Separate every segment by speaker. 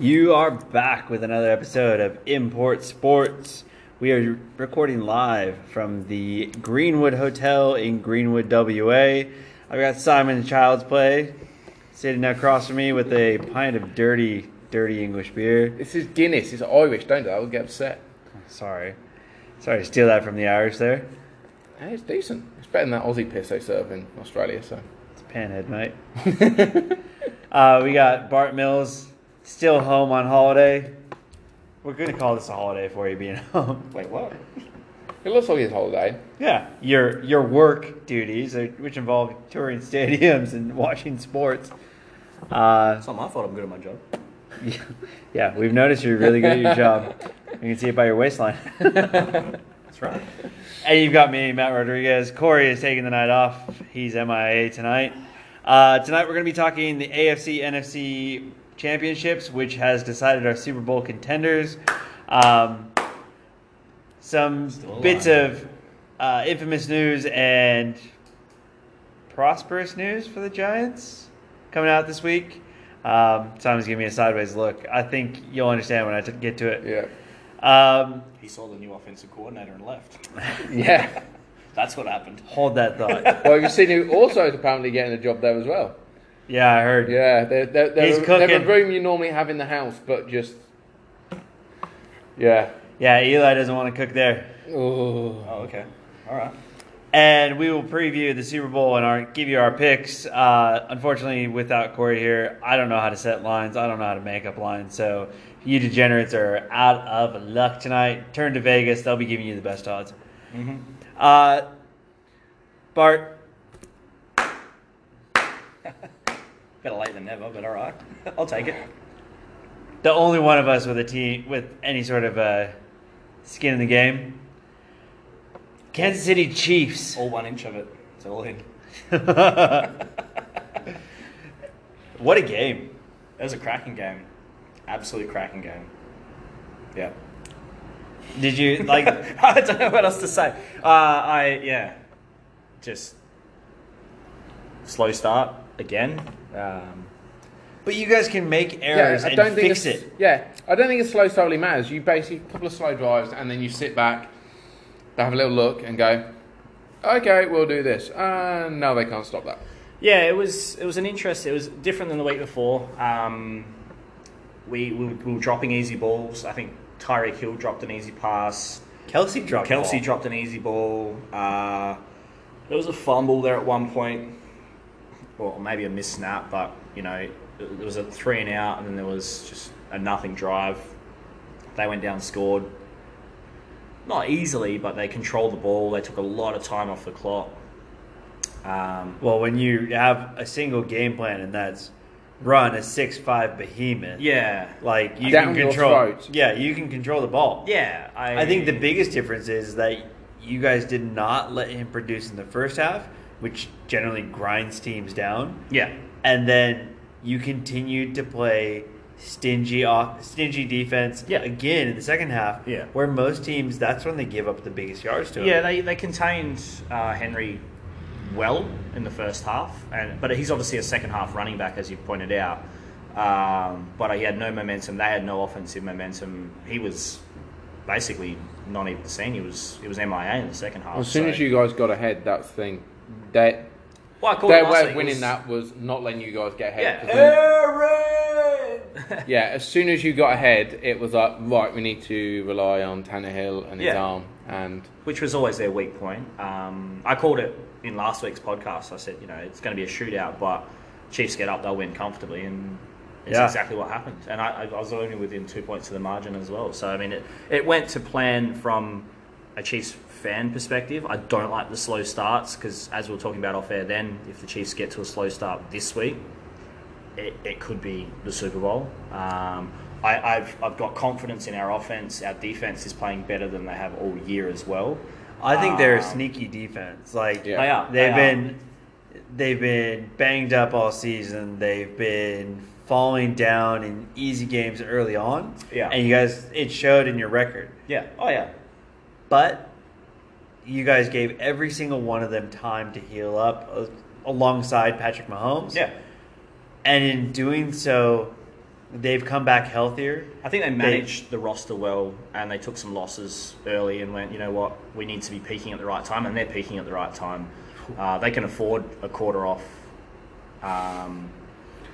Speaker 1: You are back with another episode of Import Sports. We are recording live from the Greenwood Hotel in Greenwood, WA. I've got Simon Child's Play sitting across from me with a pint of dirty, dirty English beer.
Speaker 2: This is Guinness. It's Irish. Don't do that. I'll get upset.
Speaker 1: Sorry. Sorry to steal that from the Irish there.
Speaker 2: Hey, it's decent. It's better than that Aussie piss they serve in Australia. So
Speaker 1: It's panhead night. uh, we got Bart Mills still home on holiday. We're going to call this a holiday for you being home.
Speaker 2: wait, what? It looks like his holiday.
Speaker 1: Yeah, your your work duties, uh, which involve touring stadiums and watching sports. Uh,
Speaker 3: It's not my fault I'm good at my job.
Speaker 1: yeah, yeah, we've noticed you're really good at your job. You can see it by your waistline.
Speaker 3: That's right.
Speaker 1: and you've got me, Matt Rodriguez. Corey is taking the night off. He's MIA tonight. Uh, tonight we're going to be talking the AFC NFC championships, which has decided our Super Bowl contenders. Um, some
Speaker 3: Still alive.
Speaker 1: bits of uh, infamous news and prosperous news for the Giants coming out this week. Um, Simon's giving me a sideways look. I think you'll understand when I t- get to it.
Speaker 2: Yeah.
Speaker 1: Um,
Speaker 3: He saw the new offensive coordinator and left.
Speaker 2: Yeah.
Speaker 3: That's what happened.
Speaker 1: hold that thought.
Speaker 2: well, have you seen who also is apparently getting a job there as well?
Speaker 1: yeah, I heard.
Speaker 2: Yeah. They're, they're, they're,
Speaker 1: He's
Speaker 2: a, they're a
Speaker 1: cooking. room
Speaker 2: room you normally have in the house, but just. Yeah.
Speaker 1: Yeah, Eli doesn't want to cook there.
Speaker 2: Oh.
Speaker 3: Oh, okay. All right.
Speaker 1: And we will preview the Super Bowl and our, give you our picks. Uh, unfortunately, without Corey here, I don't know how to set lines. I don't know how to make up lines. So you degenerates are out of luck tonight. Turn to Vegas. They'll be giving you the best odds. Uh, Bart,
Speaker 3: Better late than never, but all right. I'll take it.
Speaker 1: the only one of us with a team with any sort of uh, skin in the game. Kansas City Chiefs.
Speaker 3: All one inch of it. It's all in.
Speaker 1: what a game!
Speaker 3: It was a cracking game. Absolute cracking game. Yeah.
Speaker 1: Did you like?
Speaker 3: I don't know what else to say. Uh, I yeah, just slow start again. Um,
Speaker 1: But you guys can make
Speaker 2: Yeah,
Speaker 1: errors
Speaker 2: I
Speaker 1: and
Speaker 2: don't think
Speaker 1: fix
Speaker 2: it's-
Speaker 1: it.
Speaker 2: Yeah, I don't think it's slow solely matters. You basically a couple of slow drives and then you sit back, have a little look and go, okay, we'll do this. Uh, no, they can't stop that.
Speaker 3: Yeah, it was it was an interest. It was different than the week before. Um, we, we, were- we were dropping easy balls. I think Tyreek Hill dropped an easy pass.
Speaker 1: Kelsey dropped. the
Speaker 3: Kelsey
Speaker 1: ball.
Speaker 3: dropped an easy ball. Uh, there was a fumble there at one point, or maybe a missed snap. But you know, there was a three and out, and then there was just a nothing drive. They went down, scored. Not easily, but they controlled the ball. They took a lot of time off the clock. Um,
Speaker 1: Well, when you have a single game plan and that's run a six-five behemoth,
Speaker 3: yeah,
Speaker 1: like you
Speaker 2: Down
Speaker 1: can
Speaker 2: your
Speaker 1: control.
Speaker 2: throat.
Speaker 1: Yeah, you can control the ball.
Speaker 3: Yeah, I,
Speaker 1: I think the biggest difference is that you guys did not let him produce in the first half, which generally grinds teams down,
Speaker 3: yeah
Speaker 1: and then you continued to play stingy off stingy defense
Speaker 3: Yeah.
Speaker 1: again in the second half.
Speaker 3: Yeah.
Speaker 1: where most teams that's when they give up the biggest yards to him.
Speaker 3: yeah they they contained uh, Henry well in the first half, and but he's obviously a second half running back as you pointed out. Um, but he had no momentum. They had no offensive momentum. He was basically not even seen. He was he was MIA in the second half.
Speaker 2: As soon
Speaker 3: so-
Speaker 2: as you guys got ahead, that thing, that
Speaker 3: well, I called it
Speaker 2: their
Speaker 3: last
Speaker 2: way
Speaker 3: week,
Speaker 2: of
Speaker 3: it
Speaker 2: winning
Speaker 3: was-
Speaker 2: that was not letting you guys get ahead. 'cause then-
Speaker 3: Yeah.
Speaker 2: yeah, as soon as you got ahead, it was like right, we need to rely on Tannehill and his
Speaker 3: Yeah.
Speaker 2: arm and
Speaker 3: which was always their weak point. Um, I called it in last week's podcast. I said, you know, it's going to be a shootout, but Chiefs get up, they'll win comfortably, and it's
Speaker 1: Yeah.
Speaker 3: exactly what happened. And I, I was only within two points of the margin as well. So I mean, it, it went to plan from a Chiefs fan perspective. I don't like the slow starts because, as we were talking about off air, then if the Chiefs get to a slow start this week, it, it could be the Super Bowl. Um, I, I've, I've got confidence in our offense. Our defense is playing better than they have all year as well.
Speaker 1: I think they're a
Speaker 3: Um,
Speaker 1: sneaky defense. Like
Speaker 2: Yeah.
Speaker 3: They are.
Speaker 1: they've
Speaker 3: they are.
Speaker 1: been they've been banged up all season. They've been falling down in easy games early on.
Speaker 3: Yeah.
Speaker 1: And you guys it showed in your record.
Speaker 3: Yeah. Oh yeah.
Speaker 1: But you guys gave every single one of them time to heal up uh, alongside Patrick Mahomes.
Speaker 3: Yeah.
Speaker 1: And in doing so, They've come back healthier.
Speaker 3: I think they managed the roster well and they took some losses early and went, you know what, we need to be peaking at the right time, and they're peaking at the right time. Uh, they can afford a quarter off, um,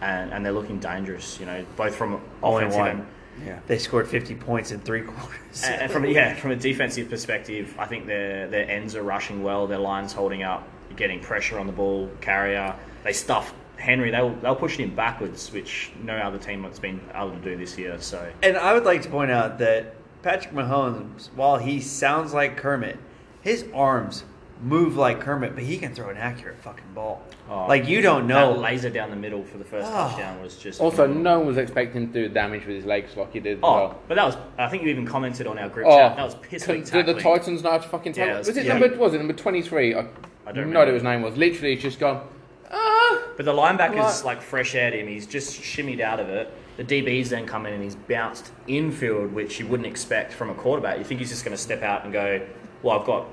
Speaker 3: and, and they're looking dangerous, you know, both from
Speaker 1: All in
Speaker 3: offensive
Speaker 1: one.
Speaker 3: and,
Speaker 2: Yeah.
Speaker 1: They scored 50 points in three quarters.
Speaker 3: and from yeah from a defensive perspective, I think their their ends are rushing well, their lines holding up, getting pressure on the ball carrier. They stuffed Henry. They'll they'll push him backwards, which no other team has been able to do this year. So
Speaker 1: And I would like to point out that Patrick Mahomes, while he sounds like Kermit, his arms move like Kermit, but he can throw an accurate fucking ball.
Speaker 3: Oh.
Speaker 1: like you don't
Speaker 3: no
Speaker 1: know.
Speaker 3: laser down the middle for the first
Speaker 1: Oh.
Speaker 3: touchdown was just
Speaker 2: Also, no one was expecting him to do damage with his legs like he did. as
Speaker 3: Oh,
Speaker 2: well.
Speaker 3: but that was I think you even commented on our group
Speaker 2: Oh,
Speaker 3: chat. That was piss
Speaker 2: could-
Speaker 3: weak
Speaker 2: did the
Speaker 3: tackling.
Speaker 2: Titans know how to fucking
Speaker 3: Yeah,
Speaker 2: tackle?
Speaker 3: it was-
Speaker 2: was it
Speaker 1: yeah.
Speaker 2: number? Was it number twenty three? I,
Speaker 3: I
Speaker 2: don't
Speaker 3: don't
Speaker 2: know what
Speaker 3: remember.
Speaker 2: his name was. Literally, it's just gone. Ah,
Speaker 3: But the linebacker's
Speaker 2: Right.
Speaker 3: like fresh at him. He's just shimmied out of it. The DB's then come in and he's bounced infield, which you wouldn't expect from a quarterback. You think he's just going to step out and go, "Well, I've got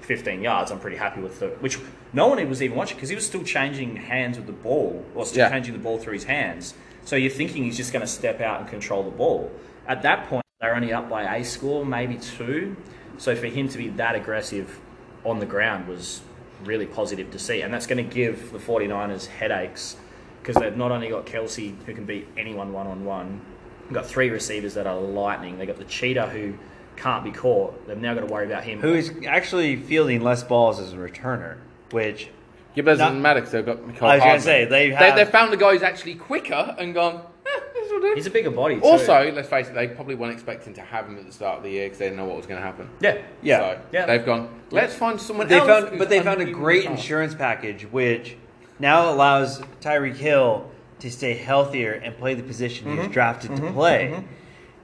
Speaker 3: 15 yards. I'm pretty happy with the." Which no one was even watching because he was still changing hands with the ball, or still
Speaker 2: Yeah.
Speaker 3: changing the ball through his hands. So you're thinking he's just going to step out and control the ball. At that point, they're only up by a score, maybe two. So for him to be that aggressive on the ground was really positive to see. And that's going to give the 49ers headaches because they've not only got Kelsey, who can beat anyone one on one, they've got three receivers that are lightning. They've got the cheetah, who can't be caught. They've now got to worry about him.
Speaker 1: Who is actually fielding less balls as a returner, which
Speaker 2: yeah, but it
Speaker 1: Not-
Speaker 2: doesn't matter because they've got. Nicole
Speaker 1: I was gonna
Speaker 2: Hardman.
Speaker 1: say, they
Speaker 2: they
Speaker 1: have-
Speaker 2: they found the guy who's actually quicker and gone. "Eh, this will do."
Speaker 3: He's a bigger body. Too.
Speaker 2: Also, let's face it, they probably weren't expecting to have him at the start of the year because they didn't know what was going to happen.
Speaker 3: yeah,
Speaker 1: Yeah.
Speaker 2: so
Speaker 3: Yeah.
Speaker 2: they've gone. Let's find someone
Speaker 1: they
Speaker 2: else.
Speaker 1: found,
Speaker 2: who's Oh.
Speaker 1: but they found a
Speaker 2: unbelievably
Speaker 1: great
Speaker 2: fast."
Speaker 1: insurance package, which now allows Tyreek Hill to stay healthier and play the position he
Speaker 2: Mm-hmm.
Speaker 1: was drafted to play.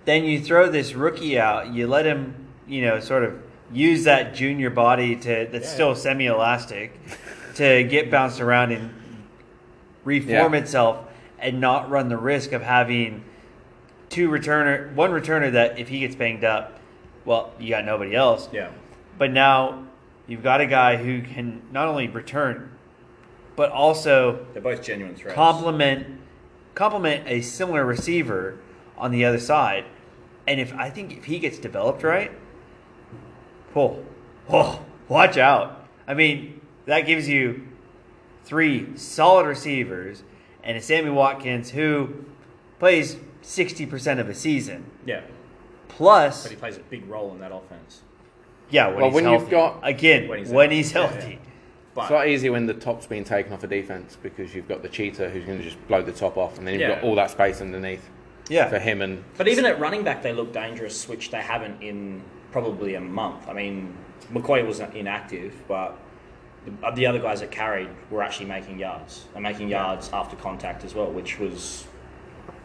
Speaker 1: Then you throw this rookie out, you let him, you know, sort of use that junior body to that's
Speaker 3: Yeah.
Speaker 1: still semi-elastic to get bounced around and reform
Speaker 2: Yeah.
Speaker 1: itself and not run the risk of having two returner one returner that if he gets banged up well you got nobody else
Speaker 3: yeah.
Speaker 1: but now you've got a guy who can not only return, but also
Speaker 3: They're both genuine threats.
Speaker 1: complement complement a similar receiver on the other side. And if I think if he gets developed right, oh, oh, watch out. I mean, that gives you three solid receivers and a Sammy Watkins who plays sixty percent of a season.
Speaker 3: yeah,
Speaker 1: Plus
Speaker 3: but he plays a big role in that offense.
Speaker 1: Yeah, when
Speaker 2: Well,
Speaker 1: he's
Speaker 2: when you've
Speaker 1: healthy.
Speaker 2: got-
Speaker 1: again
Speaker 3: When he's
Speaker 1: when
Speaker 3: healthy.
Speaker 1: he's
Speaker 3: Yeah, yeah.
Speaker 1: healthy.
Speaker 3: But
Speaker 2: It's a lot easier when the top's being taken off a defense because you've got the cheetah who's going to just blow the top off, and then you've
Speaker 3: Yeah.
Speaker 2: got all that space underneath
Speaker 1: Yeah.
Speaker 2: for him. And
Speaker 3: But even at running back, they look dangerous, which they haven't in probably a month. I mean, McCoy was inactive, but the, uh, the other guys that carried were actually making yards. They're making yards after contact as well, which was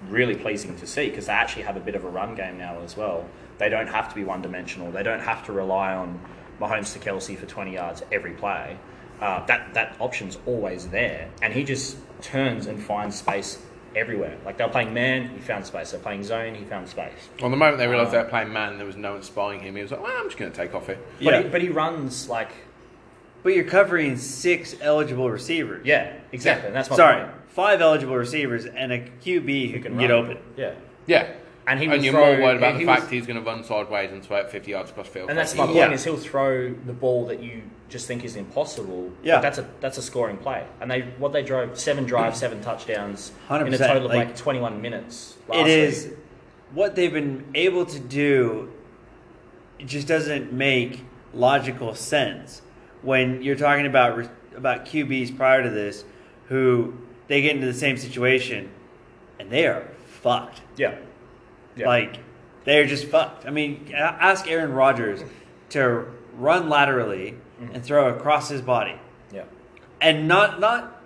Speaker 3: really pleasing to see because they actually have a bit of a run game now as well. They don't have to be one dimensional. They don't have to rely on Mahomes to Kelsey for 20 yards every play. Uh, that that option's always there, and he just turns and finds space everywhere. Like they're playing man, he found space. They're playing zone, he found space.
Speaker 2: on the moment they realised they were playing man, there was no one spying him. He was like, well, I'm just going to take off here.
Speaker 3: But,
Speaker 1: Yeah.
Speaker 3: he, but he runs like
Speaker 1: But you're covering six eligible receivers.
Speaker 3: yeah, exactly. And that's my
Speaker 1: Sorry,
Speaker 3: point.
Speaker 1: five eligible receivers and a QB who
Speaker 3: He
Speaker 1: can
Speaker 3: run.
Speaker 1: get open.
Speaker 3: Yeah,
Speaker 2: Yeah.
Speaker 3: And he
Speaker 2: and
Speaker 3: was
Speaker 2: you're
Speaker 3: throw-
Speaker 2: more worried about
Speaker 3: he
Speaker 2: the
Speaker 3: was-
Speaker 2: fact he's going to run sideways and throw it 50 yards across field.
Speaker 3: and that's my point.
Speaker 1: Yeah.
Speaker 3: Is he'll throw the ball that you just think is impossible. but
Speaker 1: Yeah.
Speaker 3: that's a that's a scoring play. And they what they drove seven drives, seven touchdowns in a
Speaker 1: 100%,
Speaker 3: total of like,
Speaker 1: like,
Speaker 3: twenty one minutes. Last
Speaker 1: It is
Speaker 3: week.
Speaker 1: what they've been able to do. It just doesn't make logical sense when you're talking about re- about QBs prior to this, who they get into the same situation, and they are fucked.
Speaker 3: yeah, yeah.
Speaker 1: Like they're just fucked. I mean, a- ask Aaron Rodgers to run laterally
Speaker 3: Mm-hmm.
Speaker 1: and throw across his body,
Speaker 3: yeah.
Speaker 1: and not not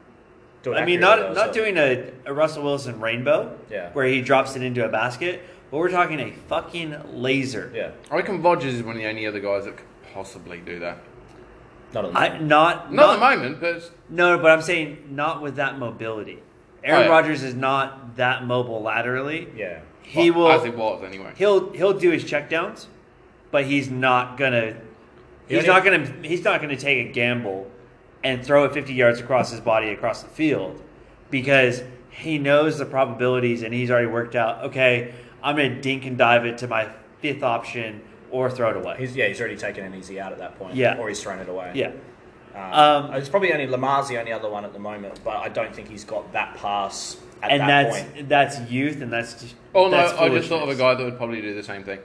Speaker 3: Do it
Speaker 1: I mean,
Speaker 3: accurately
Speaker 1: not
Speaker 3: though,
Speaker 1: not
Speaker 3: so-
Speaker 1: doing a, a Russell Wilson rainbow,
Speaker 3: Yeah.
Speaker 1: where he drops it into a basket, but we're talking a fucking laser.
Speaker 3: Yeah,
Speaker 2: I reckon Rogers is one of the only other guys that could possibly do that.
Speaker 3: not on
Speaker 1: I, not
Speaker 2: Not,
Speaker 1: not
Speaker 2: at the moment, but it's-
Speaker 1: no, but I'm saying not with that mobility. Aaron
Speaker 2: yeah.
Speaker 1: Rodgers is not that mobile laterally.
Speaker 3: Yeah,
Speaker 1: He
Speaker 2: well, as it
Speaker 1: will.
Speaker 2: was anyway.
Speaker 1: He'll he'll do his checkdowns, but he's not gonna.
Speaker 3: He
Speaker 1: He's
Speaker 3: only-
Speaker 1: not gonna. He's not gonna take a gamble and throw it 50 yards across his body across the field because he knows the probabilities and he's already worked out, okay, I'm going to dink and dive it to my fifth option or throw it away.
Speaker 3: He's, yeah, he's already taken an easy out at that point.
Speaker 1: Yeah.
Speaker 3: Or he's thrown it away.
Speaker 1: yeah.
Speaker 3: Um,
Speaker 1: Um,
Speaker 3: it's probably only Lamar's the only other one at the moment, but I don't think he's got that pass at
Speaker 1: and
Speaker 3: that
Speaker 1: that's
Speaker 3: point.
Speaker 1: that's youth and that's
Speaker 2: Oh no,
Speaker 1: that's
Speaker 2: I just thought of a
Speaker 1: foolishness.
Speaker 2: guy that would probably do the same thing.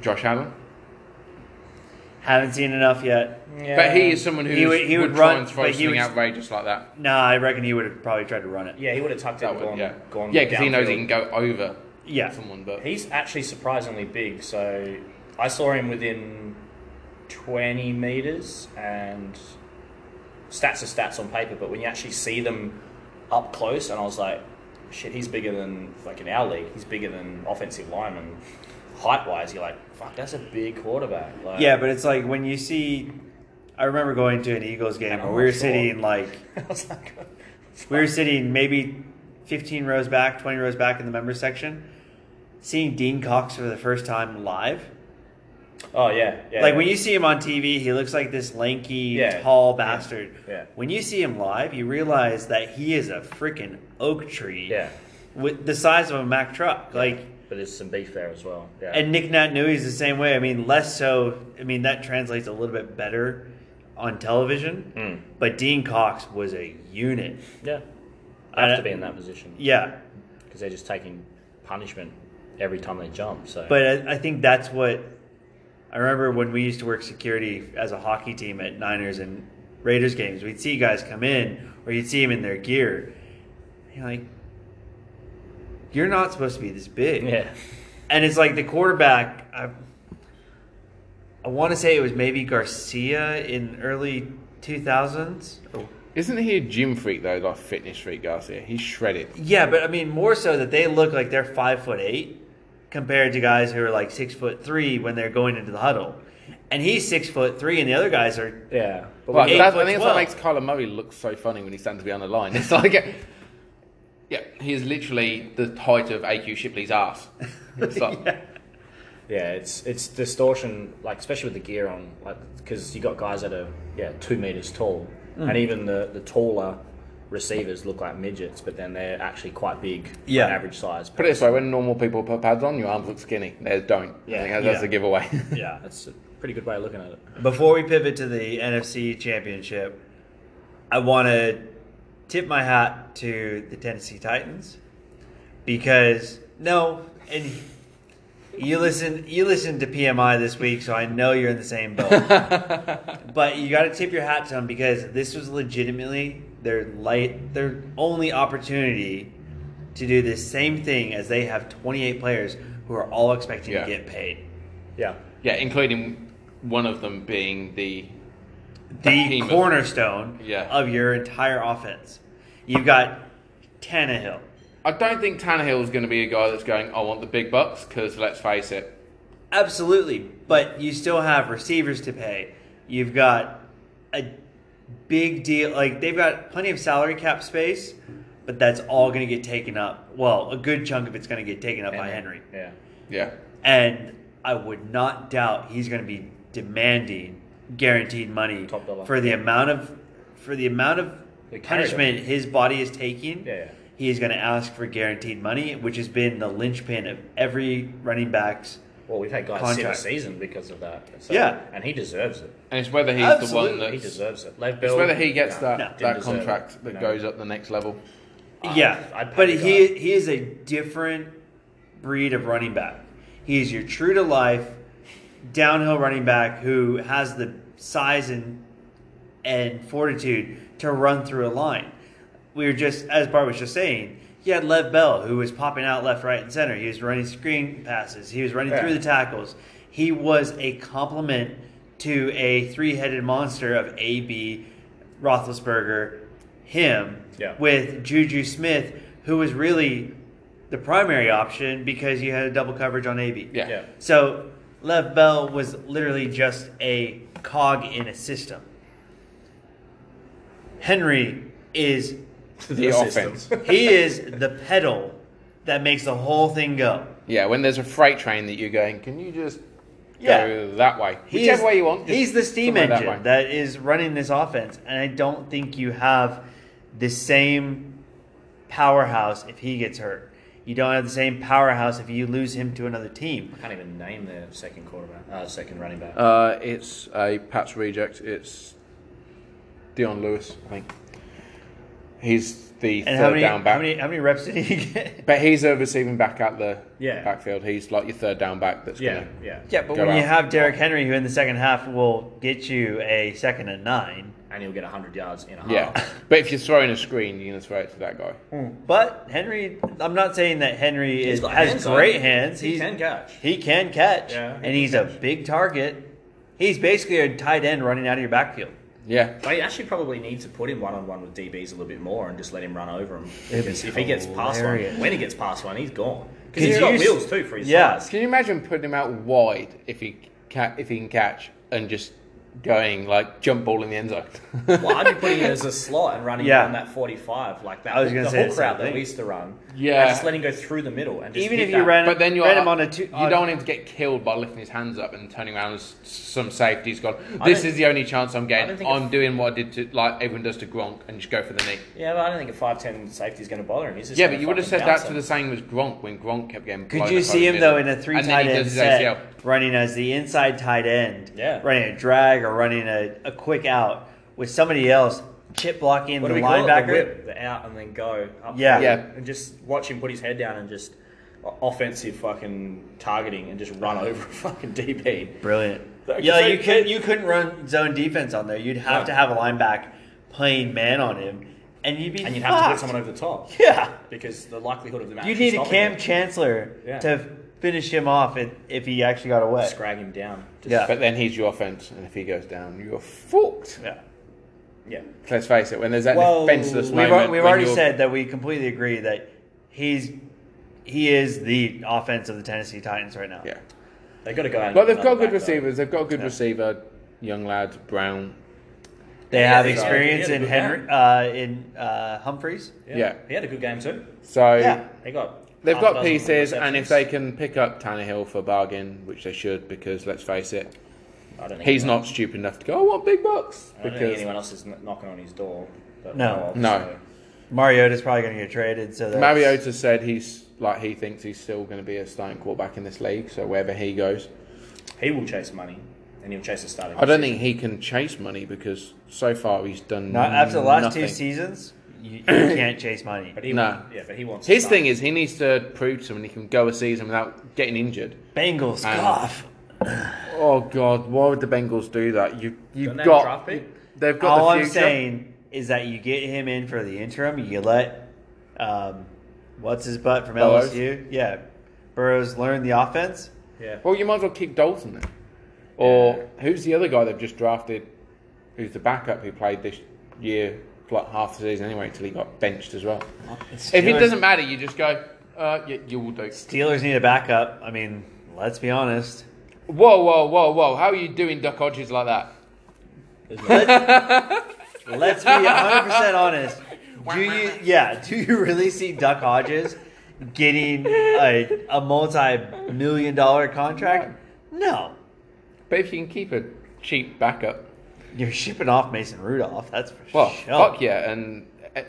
Speaker 2: Josh Allen,
Speaker 1: Haven't seen enough yet.
Speaker 2: but he is someone who
Speaker 1: He would- he would
Speaker 2: try
Speaker 1: run,
Speaker 2: and throw
Speaker 1: but he
Speaker 2: something
Speaker 1: would-
Speaker 2: outrageous like that.
Speaker 1: No, I reckon he would have probably tried to run it.
Speaker 3: Yeah, he would have tucked it
Speaker 2: That
Speaker 3: and
Speaker 2: one,
Speaker 3: gone,
Speaker 2: yeah,
Speaker 3: gone
Speaker 2: yeah, because he knows he
Speaker 3: downfield.
Speaker 2: can go over
Speaker 1: Yeah.
Speaker 2: someone. But
Speaker 3: He's actually surprisingly big. So I saw him within 20 meters, and stats are stats on paper, but when you actually see them up close, and I was like, shit, he's bigger than like in our league. He's bigger than offensive lineman. Height wise, you're like, fuck, that's a big quarterback. Like,
Speaker 1: Yeah, but it's like when you see. I remember going to an Eagles game
Speaker 3: And
Speaker 1: where
Speaker 3: I'm
Speaker 1: we were
Speaker 3: not sure.
Speaker 1: sitting like
Speaker 3: I was like,
Speaker 1: we were sitting maybe fifteen rows back, twenty rows back in the members section, seeing Dean Cox for the first time live.
Speaker 3: oh yeah, yeah.
Speaker 1: like when you see him on TV, he looks like this lanky,
Speaker 3: Yeah.
Speaker 1: tall
Speaker 3: Yeah.
Speaker 1: bastard.
Speaker 3: Yeah.
Speaker 1: When you see him live, you realize that he is a freaking oak tree.
Speaker 3: yeah,
Speaker 1: With the size of a Mack truck, like.
Speaker 3: but there's some beef there as well. Yeah.
Speaker 1: And Nick Nat is the same way. I mean, less so. I mean, that translates a little bit better on television.
Speaker 3: Mm.
Speaker 1: But Dean Cox was a unit.
Speaker 3: yeah, I
Speaker 1: I-
Speaker 3: have to be in that position.
Speaker 1: Yeah,
Speaker 3: because they're just taking punishment every time they jump. So
Speaker 1: but I, I think that's what I remember when we used to work security as a hockey team at Niners and Raiders games. We'd see guys come in, or you'd see them in their gear. And you're like, you're not supposed to be this big.
Speaker 3: yeah,
Speaker 1: And it's like the quarterback. I, I want to say it was maybe Garcia in early 2000s.
Speaker 2: isn't he a gym freak though, like fitness freak Garcia? He's shredded.
Speaker 1: Yeah, but I mean more so that they look like they're five foot eight compared to guys who are like six foot three when they're going into the huddle, and he's six foot three, and the other guys are.
Speaker 3: yeah. But
Speaker 2: Like,
Speaker 1: eight
Speaker 2: that's, I
Speaker 1: foot
Speaker 2: think that's what
Speaker 1: 12.
Speaker 2: makes Kyler Murray look so funny when he stands behind the line. It's like, yeah, he is literally the height of AQ Shipley's ass. It's like,
Speaker 1: Yeah.
Speaker 3: yeah, it's it's distortion, like especially with the gear on, like because you got guys that are yeah two meters tall,
Speaker 2: Mm.
Speaker 3: and even the the taller receivers look like midgets, but then they're actually quite big, for
Speaker 1: Yeah.
Speaker 3: an average size.
Speaker 2: Put it this way: when normal people put pads on, your arms look skinny. Theirs don't.
Speaker 3: Yeah.
Speaker 2: I think that's
Speaker 1: Yeah.
Speaker 2: a giveaway.
Speaker 1: Yeah.
Speaker 3: that's a pretty good way of looking at it.
Speaker 1: Before we pivot to the NFC Championship, I want to tip my hat to the Tennessee Titans because no, and you listen you listened to PMI this week, so I know you're in the same boat. but you got to tip your hat to them because this was legitimately their light their only opportunity to do this same thing as they have 28 players who are all expecting
Speaker 2: Yeah.
Speaker 1: to get paid.
Speaker 3: Yeah,
Speaker 2: yeah, including one of them being the
Speaker 1: the
Speaker 2: Behemoth.
Speaker 1: cornerstone
Speaker 2: Yeah.
Speaker 1: of your entire offense. You've got Tannehill.
Speaker 2: I don't think Tannehill is going to be a guy that's going, I want the big bucks, because let's face it,
Speaker 1: Absolutely, but you still have receivers to pay. You've got a big deal. Like, they've got plenty of salary cap space, but that's all going to get taken up. Well, a good chunk of it's going to get taken up by Henry.
Speaker 3: Yeah,
Speaker 2: yeah.
Speaker 1: And I would not doubt he's going to be demanding guaranteed money
Speaker 3: Top dollar.
Speaker 1: for the amount of for the amount of
Speaker 3: They carried him.
Speaker 1: punishment his body is taking.
Speaker 3: Yeah, yeah.
Speaker 1: He is going to ask for guaranteed money, which has been the linchpin of every running back's.
Speaker 3: well, we've had guys
Speaker 1: Contract.
Speaker 3: sit a season because of that. So,
Speaker 1: Yeah.
Speaker 3: and he deserves it.
Speaker 2: And it's whether he's
Speaker 1: Absolutely.
Speaker 2: the one
Speaker 3: He
Speaker 2: that
Speaker 3: deserves it. Lev
Speaker 2: it's
Speaker 3: Bell-
Speaker 2: whether he gets
Speaker 3: No,
Speaker 2: that,
Speaker 1: no,
Speaker 3: didn't
Speaker 2: that
Speaker 3: deserve it.
Speaker 2: contract that
Speaker 3: No.
Speaker 2: goes up the next level.
Speaker 3: I'd-
Speaker 1: yeah,
Speaker 3: I'd pay
Speaker 1: but
Speaker 3: the
Speaker 1: he
Speaker 3: guy.
Speaker 1: he is a different breed of running back. He is your true to life downhill running back who has the size and and fortitude to run through a line. We were just as Bart was just saying. He had Lev Bell, who was popping out left, right, and center. He was running screen passes. He was running
Speaker 3: Yeah.
Speaker 1: through the tackles. He was a complement to a three-headed monster of AB, Roethlisberger, him,
Speaker 3: Yeah.
Speaker 1: with Juju Smith, who was really the primary option because you had a double coverage on AB.
Speaker 2: Yeah.
Speaker 3: Yeah.
Speaker 1: So Lev Bell was literally just a cog in a system. Henry is
Speaker 2: The
Speaker 3: system.
Speaker 2: offense.
Speaker 1: he is the pedal that makes the whole thing go.
Speaker 2: Yeah, when there's a freight train that you're going, can you just
Speaker 1: Yeah.
Speaker 2: go that way?
Speaker 1: He
Speaker 2: Whichever
Speaker 1: is-
Speaker 2: way you want. just
Speaker 1: He's the steam
Speaker 2: somewhere that
Speaker 1: engine
Speaker 2: way.
Speaker 1: that is running this offense, and I don't think you have the same powerhouse if he gets hurt. You don't have the same powerhouse if you lose him to another team.
Speaker 3: I can't even name their second quarterback, uh, second running back.
Speaker 1: Oh,
Speaker 2: Uh, it's a Pats reject. It's Dion Lewis, I think. He's the
Speaker 1: And
Speaker 2: third
Speaker 1: how many,
Speaker 2: down back.
Speaker 1: how many how many reps did he get?
Speaker 2: but he's a receiving back at the
Speaker 3: Yeah.
Speaker 2: backfield. He's like your third down back. That's
Speaker 3: yeah,
Speaker 2: gonna,
Speaker 3: yeah,
Speaker 1: Yeah, but
Speaker 2: Go
Speaker 1: when you
Speaker 2: out.
Speaker 1: have Derrick Henry, who in the second half will get you a second and nine,
Speaker 3: and he'll get hundred yards in a half.
Speaker 2: yeah.
Speaker 1: Oh.
Speaker 2: But if you're throwing a screen, you're gonna throw it to that guy.
Speaker 1: But Henry, I'm not saying that Henry
Speaker 3: He's
Speaker 1: is,
Speaker 3: got
Speaker 1: has
Speaker 3: hands on
Speaker 1: great
Speaker 3: him.
Speaker 1: hands.
Speaker 3: He
Speaker 1: He's-
Speaker 3: can catch.
Speaker 1: He can catch,
Speaker 3: Yeah, he
Speaker 1: and he's a big target. He's basically a tight end running out of your backfield.
Speaker 2: Yeah,
Speaker 3: They actually probably need to put him one on one with DBs a little bit more and just let him run over him.
Speaker 1: It'd be
Speaker 3: Because if he gets past one,
Speaker 1: hilarious.
Speaker 3: when he gets past one, he's gone.
Speaker 1: Could
Speaker 3: Because he's
Speaker 1: you
Speaker 3: got
Speaker 1: use-
Speaker 3: wheels too for his
Speaker 1: Yeah.
Speaker 3: size.
Speaker 2: Can you imagine putting him out wide if he ca- if he can catch and just going like jump ball in the end zone?
Speaker 3: Well, I'd be putting him as a slot and running
Speaker 1: Yeah.
Speaker 3: on that 45, like that.
Speaker 1: I was
Speaker 3: hook-
Speaker 1: gonna
Speaker 3: the
Speaker 1: say the
Speaker 3: hook
Speaker 1: same
Speaker 3: route that
Speaker 1: thing.
Speaker 3: we used to run.
Speaker 2: Yeah.
Speaker 3: And just let him go through the middle and just
Speaker 1: Even
Speaker 3: hit
Speaker 1: if you
Speaker 3: that.
Speaker 1: ran,
Speaker 2: but then you're
Speaker 1: ran him on a two.
Speaker 2: you
Speaker 1: on-
Speaker 2: don't want him to get killed by lifting his hands up and turning around. And s- some safety's gone. This
Speaker 3: don't-
Speaker 2: is the only chance I'm
Speaker 3: I don't
Speaker 2: getting.
Speaker 3: think
Speaker 2: I'm
Speaker 3: it-
Speaker 2: doing what I did to like everyone does to Gronk and just go for the knee.
Speaker 3: Yeah, but I don't think a 5'10 safety is going to bother him. He's just
Speaker 2: Yeah,
Speaker 3: gonna
Speaker 2: but you would have
Speaker 3: fucking
Speaker 2: said
Speaker 3: bounce
Speaker 2: that to
Speaker 3: him.
Speaker 2: the same as Gronk when Gronk kept getting.
Speaker 1: Could
Speaker 2: blown
Speaker 1: you
Speaker 2: up
Speaker 1: see
Speaker 2: over
Speaker 1: him
Speaker 2: the
Speaker 1: though
Speaker 2: middle.
Speaker 1: in a three
Speaker 2: And then
Speaker 1: tight
Speaker 2: he
Speaker 1: end
Speaker 2: does his
Speaker 1: set,
Speaker 2: ACL.
Speaker 1: running as the inside tight end,
Speaker 3: Yeah.
Speaker 1: running a drag or running a, a quick out with somebody else chip blocking
Speaker 3: What
Speaker 1: the
Speaker 3: do we call it? The
Speaker 1: linebacker.
Speaker 3: whip, the out and then go. Up
Speaker 1: Yeah.
Speaker 2: Yeah.
Speaker 3: And just watch him put his head down and just o- offensive fucking targeting and just run over a fucking DB.
Speaker 1: Brilliant.
Speaker 3: That-
Speaker 1: Yeah,
Speaker 3: they-
Speaker 1: you could you couldn't run zone defense on there. You'd have
Speaker 3: No.
Speaker 1: to have a linebacker playing man on him, and you'd be
Speaker 3: And you'd have to put
Speaker 1: fucked.
Speaker 3: someone over the top
Speaker 1: Yeah,
Speaker 3: because the likelihood of them
Speaker 1: you
Speaker 3: actually
Speaker 1: need a
Speaker 3: stopping
Speaker 1: Cam
Speaker 3: it,
Speaker 1: Chancellor
Speaker 3: Yeah.
Speaker 1: to finish him off if, if he actually got away.
Speaker 3: scrag him down. Just,
Speaker 1: Yeah.
Speaker 2: But then he's your offense, and if he goes down, you're fucked.
Speaker 1: Yeah.
Speaker 3: yeah.
Speaker 2: Let's face it. When there's that
Speaker 3: Well,
Speaker 2: defenseless
Speaker 3: we've
Speaker 1: We've,
Speaker 2: moment,
Speaker 1: al- we've
Speaker 2: when
Speaker 1: already
Speaker 2: you're-
Speaker 1: said that we completely agree that he's he is the offense of the Tennessee Titans right now.
Speaker 2: Yeah.
Speaker 3: They got to go out. and
Speaker 2: But
Speaker 3: get
Speaker 2: they've got
Speaker 3: another
Speaker 2: good
Speaker 3: back, though.
Speaker 2: receivers. They've got good
Speaker 1: Yeah.
Speaker 2: receiver, young lad Brown.
Speaker 1: They
Speaker 3: Yeah,
Speaker 1: have
Speaker 3: they-
Speaker 1: experience
Speaker 3: yeah,
Speaker 1: in
Speaker 3: they're
Speaker 1: Henry uh, in uh, Humphreys.
Speaker 2: Yeah.
Speaker 3: He had a good game too.
Speaker 2: So
Speaker 1: Yeah.
Speaker 3: They got.
Speaker 2: they've
Speaker 3: half a
Speaker 2: got
Speaker 3: dozen
Speaker 2: pieces, and if
Speaker 3: receptions.
Speaker 2: they can pick up Tannehill for a bargain, which they should, because let's face it,
Speaker 3: I don't think
Speaker 2: he's
Speaker 3: anyone-
Speaker 2: not stupid enough to go. I want big bucks
Speaker 3: I don't think
Speaker 2: because
Speaker 3: anyone else is kn- knocking on his door. oh, That
Speaker 1: No.
Speaker 3: I know of,
Speaker 2: No.
Speaker 3: so-
Speaker 1: Mariota's probably going to get traded. So that's,
Speaker 2: Mariota said he's like he thinks he's still going to be a starting quarterback in this league. So wherever he goes,
Speaker 3: He will chase money, and he'll chase a starting.
Speaker 2: I don't think he can chase money because so far he's done
Speaker 1: No, after the last two
Speaker 2: nothing.
Speaker 1: seasons, you, you can't chase money.
Speaker 3: But he
Speaker 2: No.
Speaker 3: Yeah, but he wants.
Speaker 2: His
Speaker 3: a
Speaker 2: thing is he needs to prove to someone he can go a season without getting injured.
Speaker 1: Bengals
Speaker 2: Um,
Speaker 1: cough.
Speaker 2: Oh God, why would the Bengals do that? You you've
Speaker 3: Don't they have a
Speaker 2: got
Speaker 3: draft pick?
Speaker 2: they've got
Speaker 1: All
Speaker 2: the
Speaker 1: I'm
Speaker 2: future.
Speaker 1: saying is that you get him in for the interim. You let um, what's his butt from
Speaker 2: Burrows?
Speaker 1: LSU? Yeah, Burrows learn the offense.
Speaker 3: Yeah.
Speaker 2: Well, you might as well keep Dalton then. Or who's the other guy they've just drafted? Who's the backup who played this year like half the season anyway until he got benched as well? If it
Speaker 1: Steelers-
Speaker 2: doesn't matter, you just go. Uh, you, you will do.
Speaker 1: Steelers need a backup. I mean, let's be honest.
Speaker 2: Whoa, whoa, whoa, whoa! How are you doing, Duck Hodges, like that?
Speaker 1: Let's be 100% honest. Do you, yeah, do you really see Duck Hodges getting a, a multi million dollar contract? No.
Speaker 2: But if you can keep a cheap backup,
Speaker 1: You're shipping off Mason Rudolph, that's for
Speaker 2: well,
Speaker 1: sure.
Speaker 2: fuck yeah, and. Uh,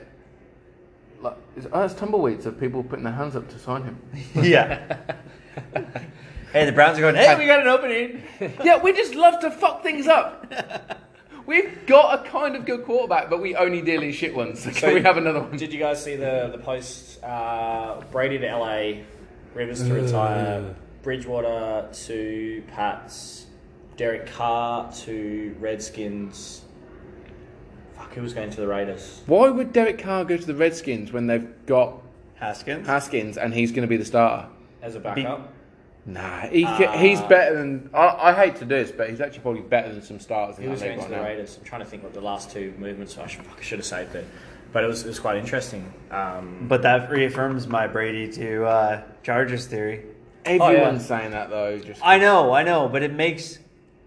Speaker 2: like, it's it's tumbleweeds of people putting their hands up to sign him.
Speaker 1: yeah. Hey, the Browns are going, hey, we got an opening.
Speaker 2: yeah, we just love to fuck things up. We've got a kind of good quarterback, but we only deal in shit ones. Can we have another one?
Speaker 3: Did you guys see the the post? Uh, Brady to LA, Rivers to
Speaker 1: Mm.
Speaker 3: retire, Bridgewater to Pats, Derek Carr to Redskins. Fuck, who was going to the Raiders?
Speaker 2: Why would Derek Carr go to the Redskins when they've got
Speaker 1: Haskins?
Speaker 2: Haskins and he's going to be the starter?
Speaker 3: As a backup,
Speaker 2: Nah, he, he's better than. I, I hate to do this, but he's actually probably better than some starters in
Speaker 3: who was
Speaker 2: that
Speaker 3: going
Speaker 2: league
Speaker 3: to
Speaker 2: right
Speaker 3: the
Speaker 2: now.
Speaker 3: Raiders? I'm trying to think what the last two movements. Were. I should, fuck, I should have saved it, but it was it was quite interesting. Um,
Speaker 1: But that reaffirms my Brady to uh, Chargers theory.
Speaker 2: Oh, Everyone's saying that though. Just
Speaker 1: I know, I know, but it makes,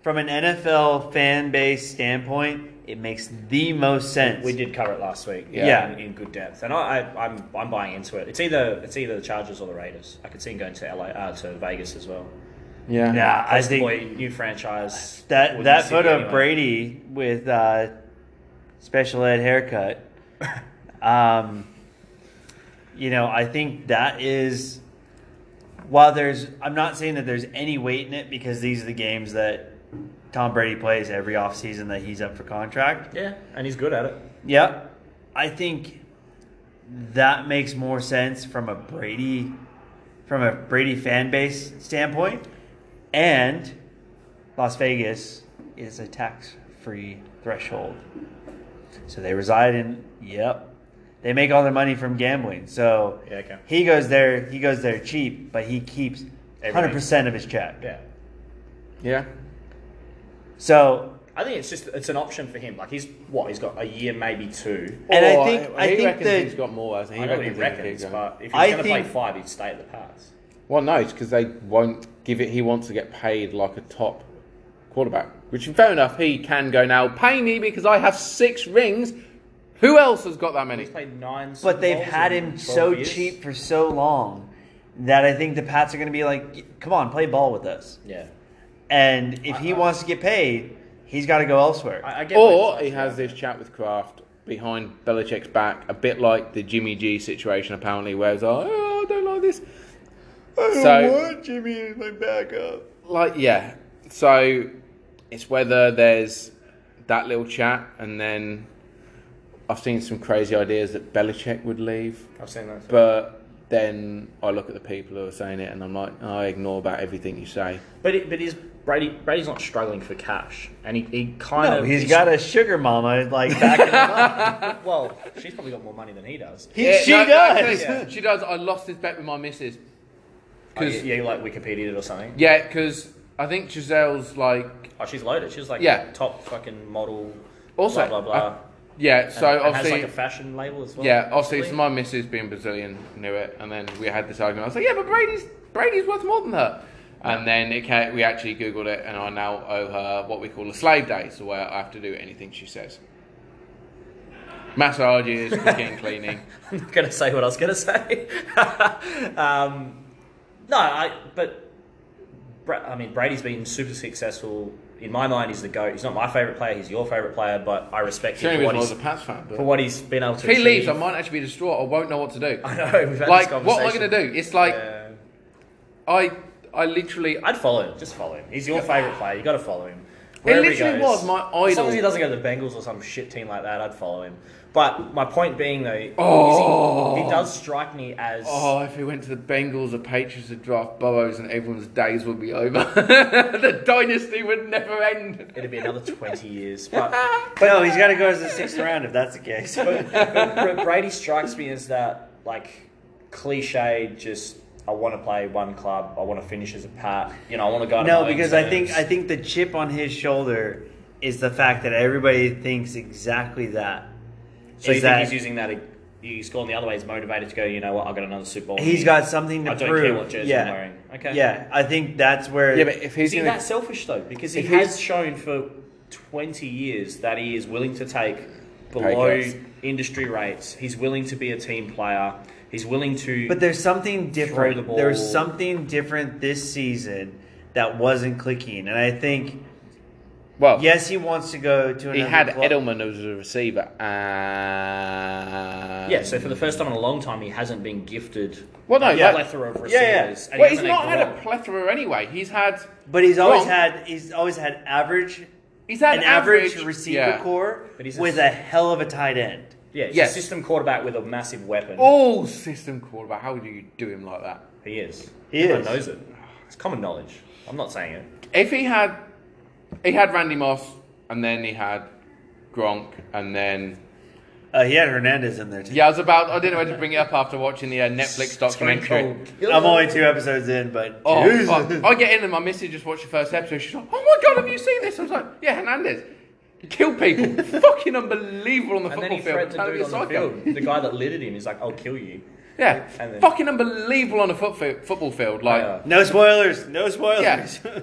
Speaker 1: from an NFL fan base standpoint, it makes the most sense.
Speaker 3: We did cover it last week,
Speaker 2: Yeah.
Speaker 1: Yeah.
Speaker 3: in, in good depth, and I, I, I'm I'm buying into it. It's either it's either the Chargers or the Raiders. I could see him going to LA uh, to Vegas as well.
Speaker 2: yeah,
Speaker 1: Yeah, I
Speaker 3: That's the
Speaker 1: think
Speaker 3: boy, new franchise.
Speaker 1: That
Speaker 3: wouldn't
Speaker 1: that
Speaker 3: sit
Speaker 1: photo
Speaker 3: anyway.
Speaker 1: of Brady with uh, special ed haircut. Um, you know, I think that is while there's I'm not saying that there's any weight in it because these are the games that Tom Brady plays every offseason that he's up for contract.
Speaker 3: Yeah, and he's good at it.
Speaker 1: Yep. I think that makes more sense from a Brady from a Brady fan base standpoint. And Las Vegas is a tax free threshold. So they reside in yep. They make all their money from gambling. So
Speaker 3: Yeah, okay.
Speaker 1: he goes there he goes there cheap, but he keeps hundred percent of his check.
Speaker 3: Yeah.
Speaker 2: Yeah.
Speaker 1: So
Speaker 3: I think it's just it's an option for him. Like he's what he's got a year, maybe two.
Speaker 1: And I
Speaker 2: Or
Speaker 1: think- I
Speaker 2: he
Speaker 1: think
Speaker 2: reckons
Speaker 1: that-
Speaker 2: he's got more. Hasn't he?
Speaker 3: I
Speaker 2: He
Speaker 3: know what he
Speaker 2: reckons he can
Speaker 3: reckons,
Speaker 2: keep going.
Speaker 3: but if he's
Speaker 1: I
Speaker 3: going to play
Speaker 1: think-
Speaker 3: five, he'd stay at the Pats.
Speaker 2: Well, no, it's because they won't give it. He wants to get paid like a top quarterback, which fair enough. He can go now. Pay me because I have six rings. Who else has got that many?
Speaker 3: He's played nine. Super
Speaker 1: but they've
Speaker 3: Bowls
Speaker 1: had
Speaker 3: in
Speaker 1: him
Speaker 3: 12
Speaker 1: so
Speaker 3: years.
Speaker 1: cheap for so long that I think the Pats are going to be like, come on, play ball with us.
Speaker 3: Yeah,
Speaker 1: And if he
Speaker 3: I-
Speaker 1: wants to get paid, he's got to go elsewhere.
Speaker 3: I, I get.
Speaker 2: Or
Speaker 3: what
Speaker 2: he
Speaker 3: he's
Speaker 2: has this chat with Kraft behind Belichick's back, a bit like the Jimmy G situation apparently, where it's like, oh, I don't like this. don't so- want
Speaker 1: Jimmy as my backup.
Speaker 2: Like, yeah. So it's whether there's that little chat, and then I've seen some crazy ideas that Belichick would leave.
Speaker 3: I've seen that. But,
Speaker 2: But then I look at the people who are saying it, and I'm like, I ignore about everything you say.
Speaker 3: but it, but is Brady? Brady's not struggling for cash, and he, he kind
Speaker 1: No,
Speaker 3: of
Speaker 1: he's got a sugar mama like backing him up.
Speaker 3: Well, she's probably got more money than he does.
Speaker 1: He- she does.
Speaker 3: Yeah.
Speaker 2: She does. I lost this bet with my missus.
Speaker 3: Oh,
Speaker 2: Because
Speaker 3: yeah, you like Wikipedia it or something.
Speaker 2: yeah, because I think Giselle's like
Speaker 3: Oh, she's loaded. She's like
Speaker 2: Yeah.
Speaker 3: top fucking model.
Speaker 2: also
Speaker 3: blah blah blah.
Speaker 2: uh, yeah, so
Speaker 3: and, and
Speaker 2: obviously
Speaker 3: has like a fashion label as well.
Speaker 2: yeah, obviously so
Speaker 3: probably.
Speaker 2: my missus being Brazilian knew it, and then we had this argument. I was like, yeah, but Brady's Brady's worth more than her. And then it came, we actually googled it, and I now owe her what we call a slave day, so where I have to do anything she says. Massages, cooking, cleaning.
Speaker 3: I'm not going to say what I was going to say. um, no, I, but Bra- I mean Brady's been super successful. In my mind, he's the goat. He's not my favorite player. He's your favorite player, but I respect
Speaker 2: It's the only
Speaker 3: him for what,
Speaker 2: reason I was
Speaker 3: he's,
Speaker 2: a Pats fan.
Speaker 3: for
Speaker 2: But
Speaker 3: what he's been able to.
Speaker 2: if he
Speaker 3: achieve.
Speaker 2: leaves, I might actually be distraught. I won't know what to do.
Speaker 3: I know. We've had
Speaker 2: Like,
Speaker 3: this
Speaker 2: what am I going
Speaker 3: conversation.
Speaker 2: to do? It's like
Speaker 3: Yeah.
Speaker 2: I, I literally,
Speaker 3: I'd follow him. Just follow him. He's your favorite player. You got to follow him. he
Speaker 2: literally was my
Speaker 3: As long
Speaker 2: idol.
Speaker 3: as he doesn't go to the Bengals or some shit team like that, I'd follow him. But my point being, though, is
Speaker 2: Oh.
Speaker 3: he, he does strike me as
Speaker 2: Oh, if we went to the Bengals, the Patriots would draft Burrows, and everyone's days would be over. the dynasty would never end.
Speaker 3: it'd be another twenty years. But
Speaker 1: No, he's got to go as the sixth round if that's the case.
Speaker 3: but, but Br- Brady strikes me as that like cliche. Just I want to play one club. I want to finish as a pat. You know, I want to go. to
Speaker 1: No,
Speaker 3: my own
Speaker 1: because I
Speaker 3: terms.
Speaker 1: think I think the chip on his shoulder is the fact that everybody thinks exactly that.
Speaker 3: so. You
Speaker 1: Is
Speaker 3: think
Speaker 1: that-
Speaker 3: he's using that? He's gone the other way. He's motivated to go. You know what? I've got another Super Bowl.
Speaker 1: He's got something to
Speaker 3: I don't
Speaker 1: prove.
Speaker 3: care what jersey
Speaker 1: yeah.
Speaker 3: I'm wearing. Okay.
Speaker 1: Yeah, I think that's where.
Speaker 2: Yeah, but if he's
Speaker 3: Is he
Speaker 2: gonna,
Speaker 3: that selfish though? Because he
Speaker 2: If
Speaker 3: has
Speaker 2: he's-
Speaker 3: shown for twenty years that he is willing to take below
Speaker 2: Pay cuts.
Speaker 3: industry rates. He's willing to be a team player. He's willing to.
Speaker 1: But there's something different.
Speaker 3: the
Speaker 1: There
Speaker 3: ball.
Speaker 1: was something different this season that wasn't clicking, and I think
Speaker 2: well,
Speaker 1: yes, he wants to go to. Another
Speaker 2: he had
Speaker 1: club.
Speaker 2: Edelman as a receiver, and
Speaker 3: yeah, so for the first time in a long time, he hasn't been gifted
Speaker 2: Well, no,
Speaker 3: a
Speaker 2: yeah.
Speaker 3: plethora of receivers.
Speaker 1: Yeah, yeah.
Speaker 3: and he
Speaker 2: well, he's
Speaker 3: hasn't
Speaker 2: not had a
Speaker 3: grown.
Speaker 2: plethora anyway. He's had,
Speaker 1: but he's always
Speaker 2: Wrong.
Speaker 1: had he's always had average,
Speaker 2: he's had
Speaker 1: an average,
Speaker 2: average
Speaker 1: receiver
Speaker 2: yeah.
Speaker 1: core
Speaker 3: But he's a-
Speaker 1: with a, hell of a tight end.
Speaker 3: Yeah, he's
Speaker 2: Yes.
Speaker 3: a system quarterback with a massive weapon.
Speaker 2: All system quarterback. How do you do him like that?
Speaker 3: He is.
Speaker 1: He
Speaker 3: Everyone
Speaker 1: is.
Speaker 3: knows it. It's common knowledge. I'm not saying it.
Speaker 2: If he had, he had Randy Moss, and then he had Gronk, and then
Speaker 1: Uh, he had Hernandez in there too.
Speaker 2: yeah, I was about. I didn't know whether to bring it up after watching the uh, Netflix documentary.
Speaker 1: I'm only two episodes in, but
Speaker 2: Oh,
Speaker 1: Jesus.
Speaker 2: fuck. I get in and my missus just watched the first episode. She's like, "Oh my god, have you seen this?" I was like, "Yeah, Hernandez, he killed people. Fucking unbelievable on the
Speaker 3: And then
Speaker 2: football
Speaker 3: he
Speaker 2: field.
Speaker 3: threatened to
Speaker 2: Tell him
Speaker 3: do
Speaker 2: you're
Speaker 3: it on the
Speaker 2: psycho.
Speaker 3: field. The guy that littered him is like, "I'll kill you."
Speaker 2: Yeah,
Speaker 3: And then-
Speaker 2: fucking unbelievable on the foot fi- football field. Like,
Speaker 3: Yeah.
Speaker 1: no spoilers, no spoilers.
Speaker 2: no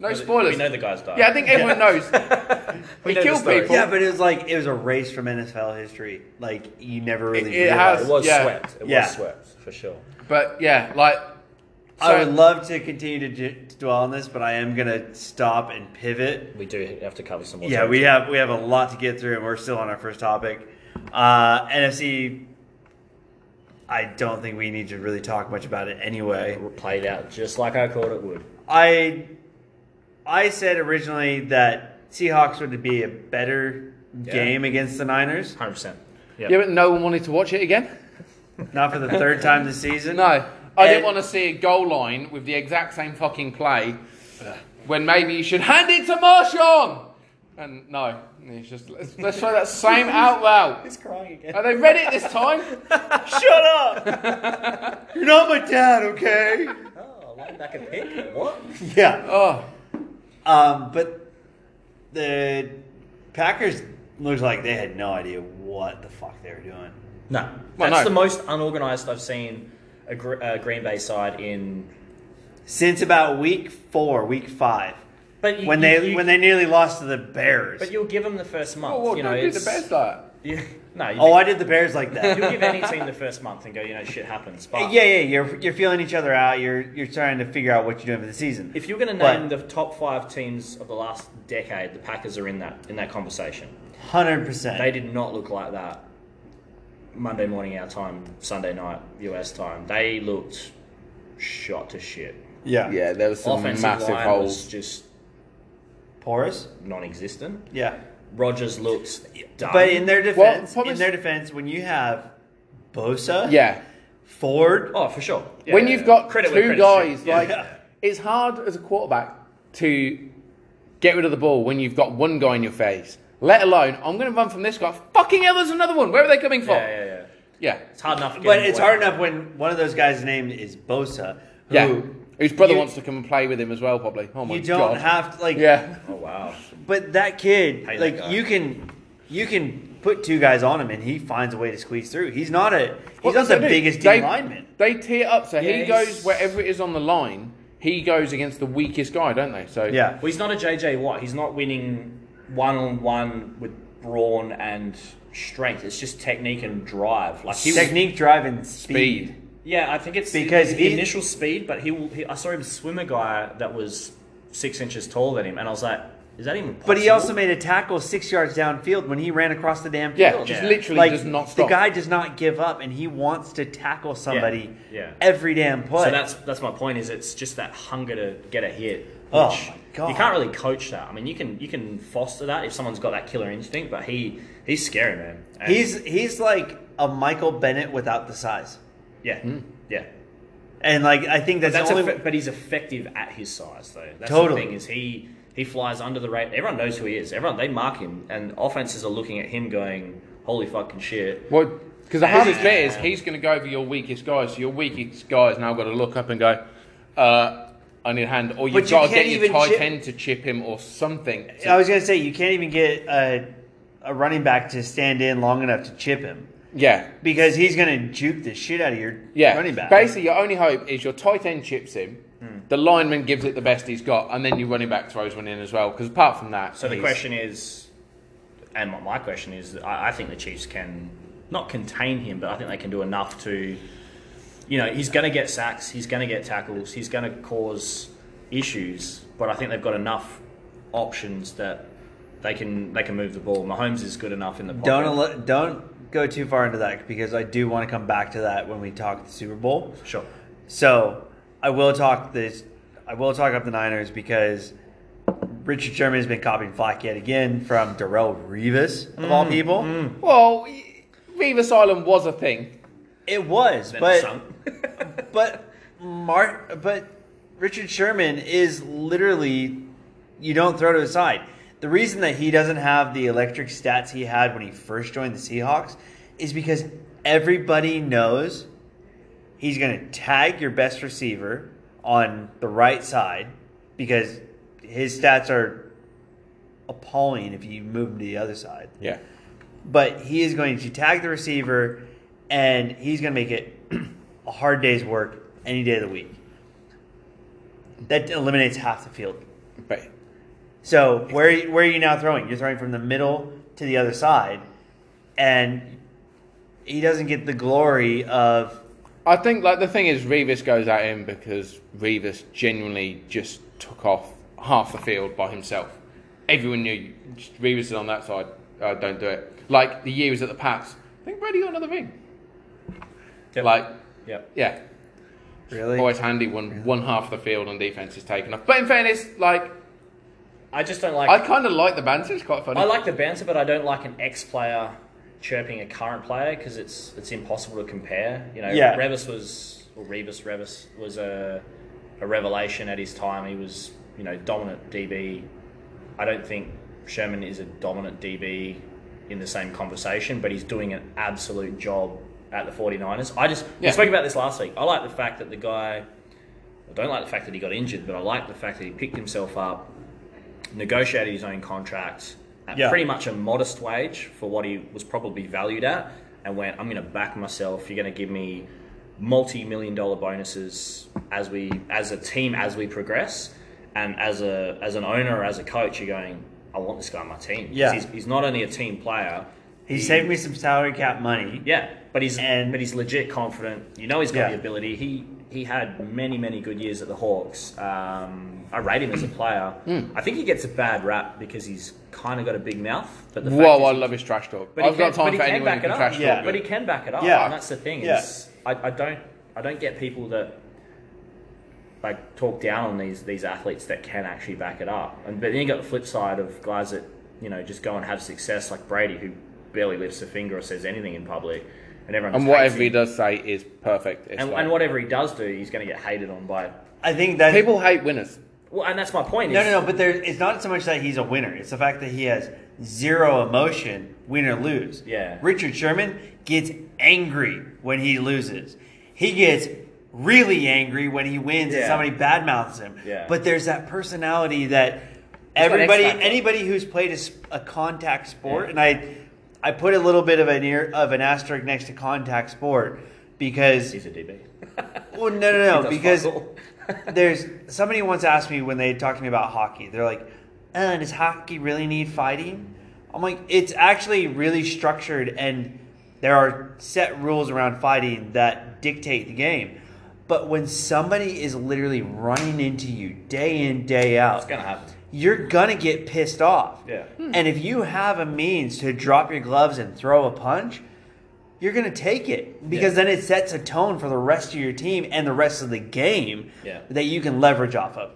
Speaker 3: But
Speaker 2: spoilers.
Speaker 3: We know the guy's died.
Speaker 2: yeah, I think everyone knows.
Speaker 3: We
Speaker 2: he
Speaker 3: know the
Speaker 2: killed
Speaker 3: story.
Speaker 2: people.
Speaker 1: yeah, but it was like it was a race from NFL history. Like you never really.
Speaker 2: It- it has-
Speaker 3: It was
Speaker 2: Yeah.
Speaker 3: swept. It
Speaker 1: Yeah.
Speaker 3: was swept for sure.
Speaker 2: But yeah, like,
Speaker 1: I
Speaker 2: so-
Speaker 1: would love to continue to, d- to dwell on this, but I am going to stop and pivot.
Speaker 3: We do have to cover some more.
Speaker 1: Yeah, we have we have a lot to get through, and we're still on our first topic. Uh, NFC I don't think we need to really talk much about it anyway.
Speaker 3: It played out just like I thought it would.
Speaker 1: I I said originally that Seahawks would be a better game against the Niners,
Speaker 3: 100%. Yeah.
Speaker 2: Yeah, but no one wanted to watch it again.
Speaker 1: not for the third time this season.
Speaker 2: No, Um, I didn't
Speaker 1: And-
Speaker 2: want to see a goal line with the exact same fucking play when maybe you should hand it to Marshawn. And no, it's just let's, let's try that same out loud.
Speaker 3: He's crying again.
Speaker 2: Are they read it this time?
Speaker 1: Shut up! You're not my dad, okay?
Speaker 3: Oh, back and pick? What?
Speaker 1: Yeah.
Speaker 2: Oh,
Speaker 1: Um, but the Packers looked like they had no idea what the fuck they were doing.
Speaker 3: No.
Speaker 2: Well,
Speaker 3: That's
Speaker 2: no.
Speaker 3: the most unorganised I've seen a Gr- uh, Green Bay side in.
Speaker 1: Since about week four, week five,
Speaker 3: But you,
Speaker 1: when
Speaker 3: you-
Speaker 1: they
Speaker 3: you-
Speaker 1: when they nearly lost to the Bears.
Speaker 3: But you'll give them the first month.
Speaker 2: well, what
Speaker 3: you know,
Speaker 2: do
Speaker 3: it's,
Speaker 2: the best at?
Speaker 3: Yeah, no. You
Speaker 1: oh, I did the Bears like that.
Speaker 3: you'll give any team the first month and go, you know, shit happens.
Speaker 1: yeah,
Speaker 3: But
Speaker 1: yeah. You're you're feeling each other out. You're you're trying to figure out what you're doing for the season.
Speaker 3: If you're going to
Speaker 1: But-
Speaker 3: name the top five teams of the last decade, the Packers are in that in that conversation.
Speaker 1: Hundred percent.
Speaker 3: They did not look like that Monday morning our time, Sunday night US time. They looked shot to shit.
Speaker 1: Yeah.
Speaker 2: Yeah, there was some
Speaker 3: Offensive
Speaker 2: massive
Speaker 3: line was
Speaker 2: holes.
Speaker 3: just
Speaker 1: Porous.
Speaker 3: non-existent.
Speaker 1: Yeah.
Speaker 3: Rogers looked done.
Speaker 1: But in their defense,
Speaker 2: problem
Speaker 1: in
Speaker 2: is-
Speaker 1: their defense, when you have Bosa,
Speaker 2: Yeah,
Speaker 1: Ford,
Speaker 3: oh, for sure. Yeah,
Speaker 2: when
Speaker 3: yeah,
Speaker 2: you've
Speaker 3: yeah.
Speaker 2: got
Speaker 3: Credit where
Speaker 2: two
Speaker 3: credit's due.
Speaker 2: guys, like it's hard as a quarterback to get rid of the ball when you've got one guy in your face. Let alone, I'm going to run from this guy. Fucking hell, there's another one. Where are they coming from?
Speaker 3: yeah, yeah, yeah.
Speaker 2: Yeah.
Speaker 3: It's hard enough. to get
Speaker 1: but
Speaker 3: them
Speaker 1: it's
Speaker 3: away.
Speaker 1: hard enough when one of those guys' name is Bosa, who
Speaker 2: Yeah. Whose brother
Speaker 1: you-
Speaker 2: wants to come and play with him as well, probably. Oh my
Speaker 1: you don't
Speaker 2: god.
Speaker 1: have to, like.
Speaker 2: yeah.
Speaker 3: Oh wow.
Speaker 1: But that kid,
Speaker 3: Hey, that
Speaker 1: like
Speaker 3: guy.
Speaker 1: you can, you can put two guys on him and he finds a way to squeeze through. He's not a he's
Speaker 2: Well,
Speaker 1: not the
Speaker 2: they do.
Speaker 1: biggest D
Speaker 2: They-
Speaker 1: lineman.
Speaker 2: They tee it up so he
Speaker 3: Yeah,
Speaker 2: goes
Speaker 3: he's-
Speaker 2: wherever it is on the line. He goes against the weakest guy, don't they? So
Speaker 1: Yeah.
Speaker 3: Well, he's not a JJ Watt. He's not winning one on one with brawn and strength. It's just technique and drive. Like he was-
Speaker 1: Technique, drive, and speed.
Speaker 2: speed.
Speaker 3: yeah, I think it's
Speaker 1: Because
Speaker 3: the
Speaker 1: he-
Speaker 3: initial speed. But he, will- he, I saw him swim a guy that was six inches taller than him, and I was like, is that even? Possible?
Speaker 1: But he also made a tackle six yards downfield when he ran across the damn
Speaker 2: Yeah,
Speaker 1: field.
Speaker 2: just
Speaker 3: Yeah.
Speaker 2: literally
Speaker 1: like
Speaker 2: does not
Speaker 1: the
Speaker 2: stop.
Speaker 1: guy does not give up, and he wants to tackle somebody
Speaker 3: Yeah.
Speaker 1: every damn play.
Speaker 3: So that's that's my point. Is it's just that hunger to get a hit.
Speaker 1: Oh
Speaker 3: which
Speaker 1: my God.
Speaker 3: You can't really coach that. I mean, you can you can foster that if someone's got that killer instinct. But he he's scary, man. And-
Speaker 1: he's he's like a Michael Bennett without the size,
Speaker 3: yeah yeah.
Speaker 1: and like I think that's,
Speaker 3: That's
Speaker 1: Hmm. the only.
Speaker 3: effe- but he's effective at his size, though. That's
Speaker 1: Totally.
Speaker 3: the thing is he he flies under the radar. Everyone knows who he is. Everyone they mark him, and offenses are looking at him, going, "Holy fucking shit!"
Speaker 2: Well, because the hardest
Speaker 3: Yeah.
Speaker 2: bit is he's going to go over your weakest guy. So your weakest guy's now got to look up and go, uh, I need a hand. Or
Speaker 1: But
Speaker 2: you've
Speaker 1: you
Speaker 2: got
Speaker 1: can't
Speaker 2: to get your
Speaker 1: even
Speaker 2: tight
Speaker 1: chip-
Speaker 2: end to chip him or something. to-
Speaker 1: I was gonna say you can't even get a, a running back to stand in long enough to chip him
Speaker 2: yeah.
Speaker 1: because he's gonna juke the shit out of your
Speaker 2: Yeah.
Speaker 1: running back.
Speaker 2: Basically, your only hope is your tight end chips him, the lineman gives it the best he's got, and then your running back throws one in as well. Because apart from that,
Speaker 3: So the
Speaker 2: he's-
Speaker 3: question is, and my- my question is, I, I think the Chiefs can not contain him, but I think they can do enough to, you know, he's going to get sacks, he's going to get tackles, he's going to cause issues, but I think they've got enough options that they can they can move the ball. Mahomes is good enough in the pocket.
Speaker 1: don't al- don't go too far into that because I do want to come back to that when we talk the Super Bowl.
Speaker 3: sure.
Speaker 1: So I will talk this. I will talk up the Niners because Richard Sherman has been copying Flack yet again from Darrell Revis of
Speaker 3: Mm,
Speaker 1: all people.
Speaker 2: Well, Revis Island was a thing.
Speaker 1: It was,
Speaker 3: Then
Speaker 1: but
Speaker 3: some-
Speaker 1: but Mar- but Richard Sherman is literally you don't throw to his side. The reason that he doesn't have the electric stats he had when he first joined the Seahawks is because everybody knows he's going to tag your best receiver on the right side because his stats are appalling if you move him to the other side
Speaker 2: Yeah.
Speaker 1: but he is going to tag the receiver and he's going to make it a hard day's work any day of the week. That eliminates half the field.
Speaker 2: But
Speaker 1: So where where are you now throwing? You're throwing from the middle to the other side, and he doesn't get the glory of
Speaker 2: I think like the thing is Revis goes at him because Revis genuinely just took off half the field by himself. Everyone knew just Revis is on that side. Uh, don't do it. Like the year he was at the Pats. I think Brady got another ring.
Speaker 4: Yep.
Speaker 2: Like,
Speaker 4: Yep.
Speaker 2: yeah,
Speaker 1: Really?
Speaker 2: always handy when one half the field on defense is taken off. But in fairness, like,
Speaker 3: I just don't like.
Speaker 2: I kind of like the banter. It's quite funny.
Speaker 3: I like the banter, but I don't like an ex player chirping a current player because it's it's impossible to compare. You know,
Speaker 1: Yeah.
Speaker 3: Revis was or Revis Revis was a a revelation at his time. He was you know dominant DB. I don't think Sherman is a dominant DB in the same conversation, but he's doing an absolute job at the 49ers. I just
Speaker 2: Yeah.
Speaker 3: we spoke about this last week. I like the fact that the guy. I don't like the fact that he got injured, but I like the fact that he picked himself up, negotiated his own contract at
Speaker 1: Yeah.
Speaker 3: pretty much a modest wage for what he was probably valued at, and went, "I'm going to back myself. You're going to give me multi-million dollar bonuses as we, as a team, as we progress, and as a as an owner, as a coach, you're going, I want this guy on my team. 'Cause
Speaker 1: Yeah.
Speaker 3: he's, he's not only a team player.
Speaker 1: He saved me some salary cap money.
Speaker 3: Yeah, but he's
Speaker 1: Mm-hmm. And-
Speaker 3: but he's legit confident. You know he's got
Speaker 1: Yeah.
Speaker 3: the ability. He he had many many good years at the Hawks. Um, I rate him as a player. I think he gets a bad rap because he's kind of got a big mouth. But the fact
Speaker 2: Whoa,
Speaker 3: is
Speaker 2: I
Speaker 3: he-
Speaker 2: love his trash talk.
Speaker 3: he
Speaker 2: I've got
Speaker 3: can- but
Speaker 2: time
Speaker 3: he
Speaker 2: for
Speaker 3: can
Speaker 2: anyone who
Speaker 3: back it
Speaker 2: can
Speaker 3: up.
Speaker 2: trash
Speaker 1: Yeah.
Speaker 2: talk.
Speaker 3: But he
Speaker 2: good.
Speaker 3: can back it up.
Speaker 1: Yeah.
Speaker 3: and that's the thing.
Speaker 1: Yeah.
Speaker 3: Is I, I don't I don't get people that like talk down on these these athletes that can actually back it up. And but then you got the flip side of guys that you know just go and have success, like Brady, who barely lifts a finger or says anything in public, and everyone.
Speaker 2: And
Speaker 3: just hates
Speaker 2: whatever he
Speaker 3: him.
Speaker 2: does say is perfect. It's
Speaker 3: and,
Speaker 2: like-
Speaker 3: and whatever he does do, he's going to get hated on by.
Speaker 1: I think that
Speaker 2: people hate winners.
Speaker 3: Well, and that's my point.
Speaker 1: No,
Speaker 3: is-
Speaker 1: no, no. But there, it's not so much that he's a winner. It's the fact that he has zero emotion, win or lose.
Speaker 3: Yeah.
Speaker 1: Richard Sherman gets angry when he loses. He gets really angry when he wins and
Speaker 3: Yeah.
Speaker 1: somebody badmouths him.
Speaker 3: Yeah.
Speaker 1: But there's that personality that everybody,
Speaker 3: X Factor.
Speaker 1: anybody who's played a, sp- a contact sport, and I, I put a little bit of an ear of an asterisk next to contact sport because
Speaker 3: He's a DB.
Speaker 1: well, no, no, no,
Speaker 3: That's
Speaker 1: because
Speaker 3: possible.
Speaker 1: there's somebody once asked me when they talked to me about hockey. They're like, uh, "Does hockey really need fighting?" I'm like, "It's actually really structured, and there are set rules around fighting that dictate the game." But when somebody is literally running into you day in day out,
Speaker 3: It's going to happen.
Speaker 1: you're gonna get pissed off.
Speaker 3: Yeah.
Speaker 1: And if you have a means to drop your gloves and throw a punch, you're gonna take it because then it sets a tone for the rest of your team and the rest of the game
Speaker 3: Yeah.
Speaker 1: that you can leverage off of.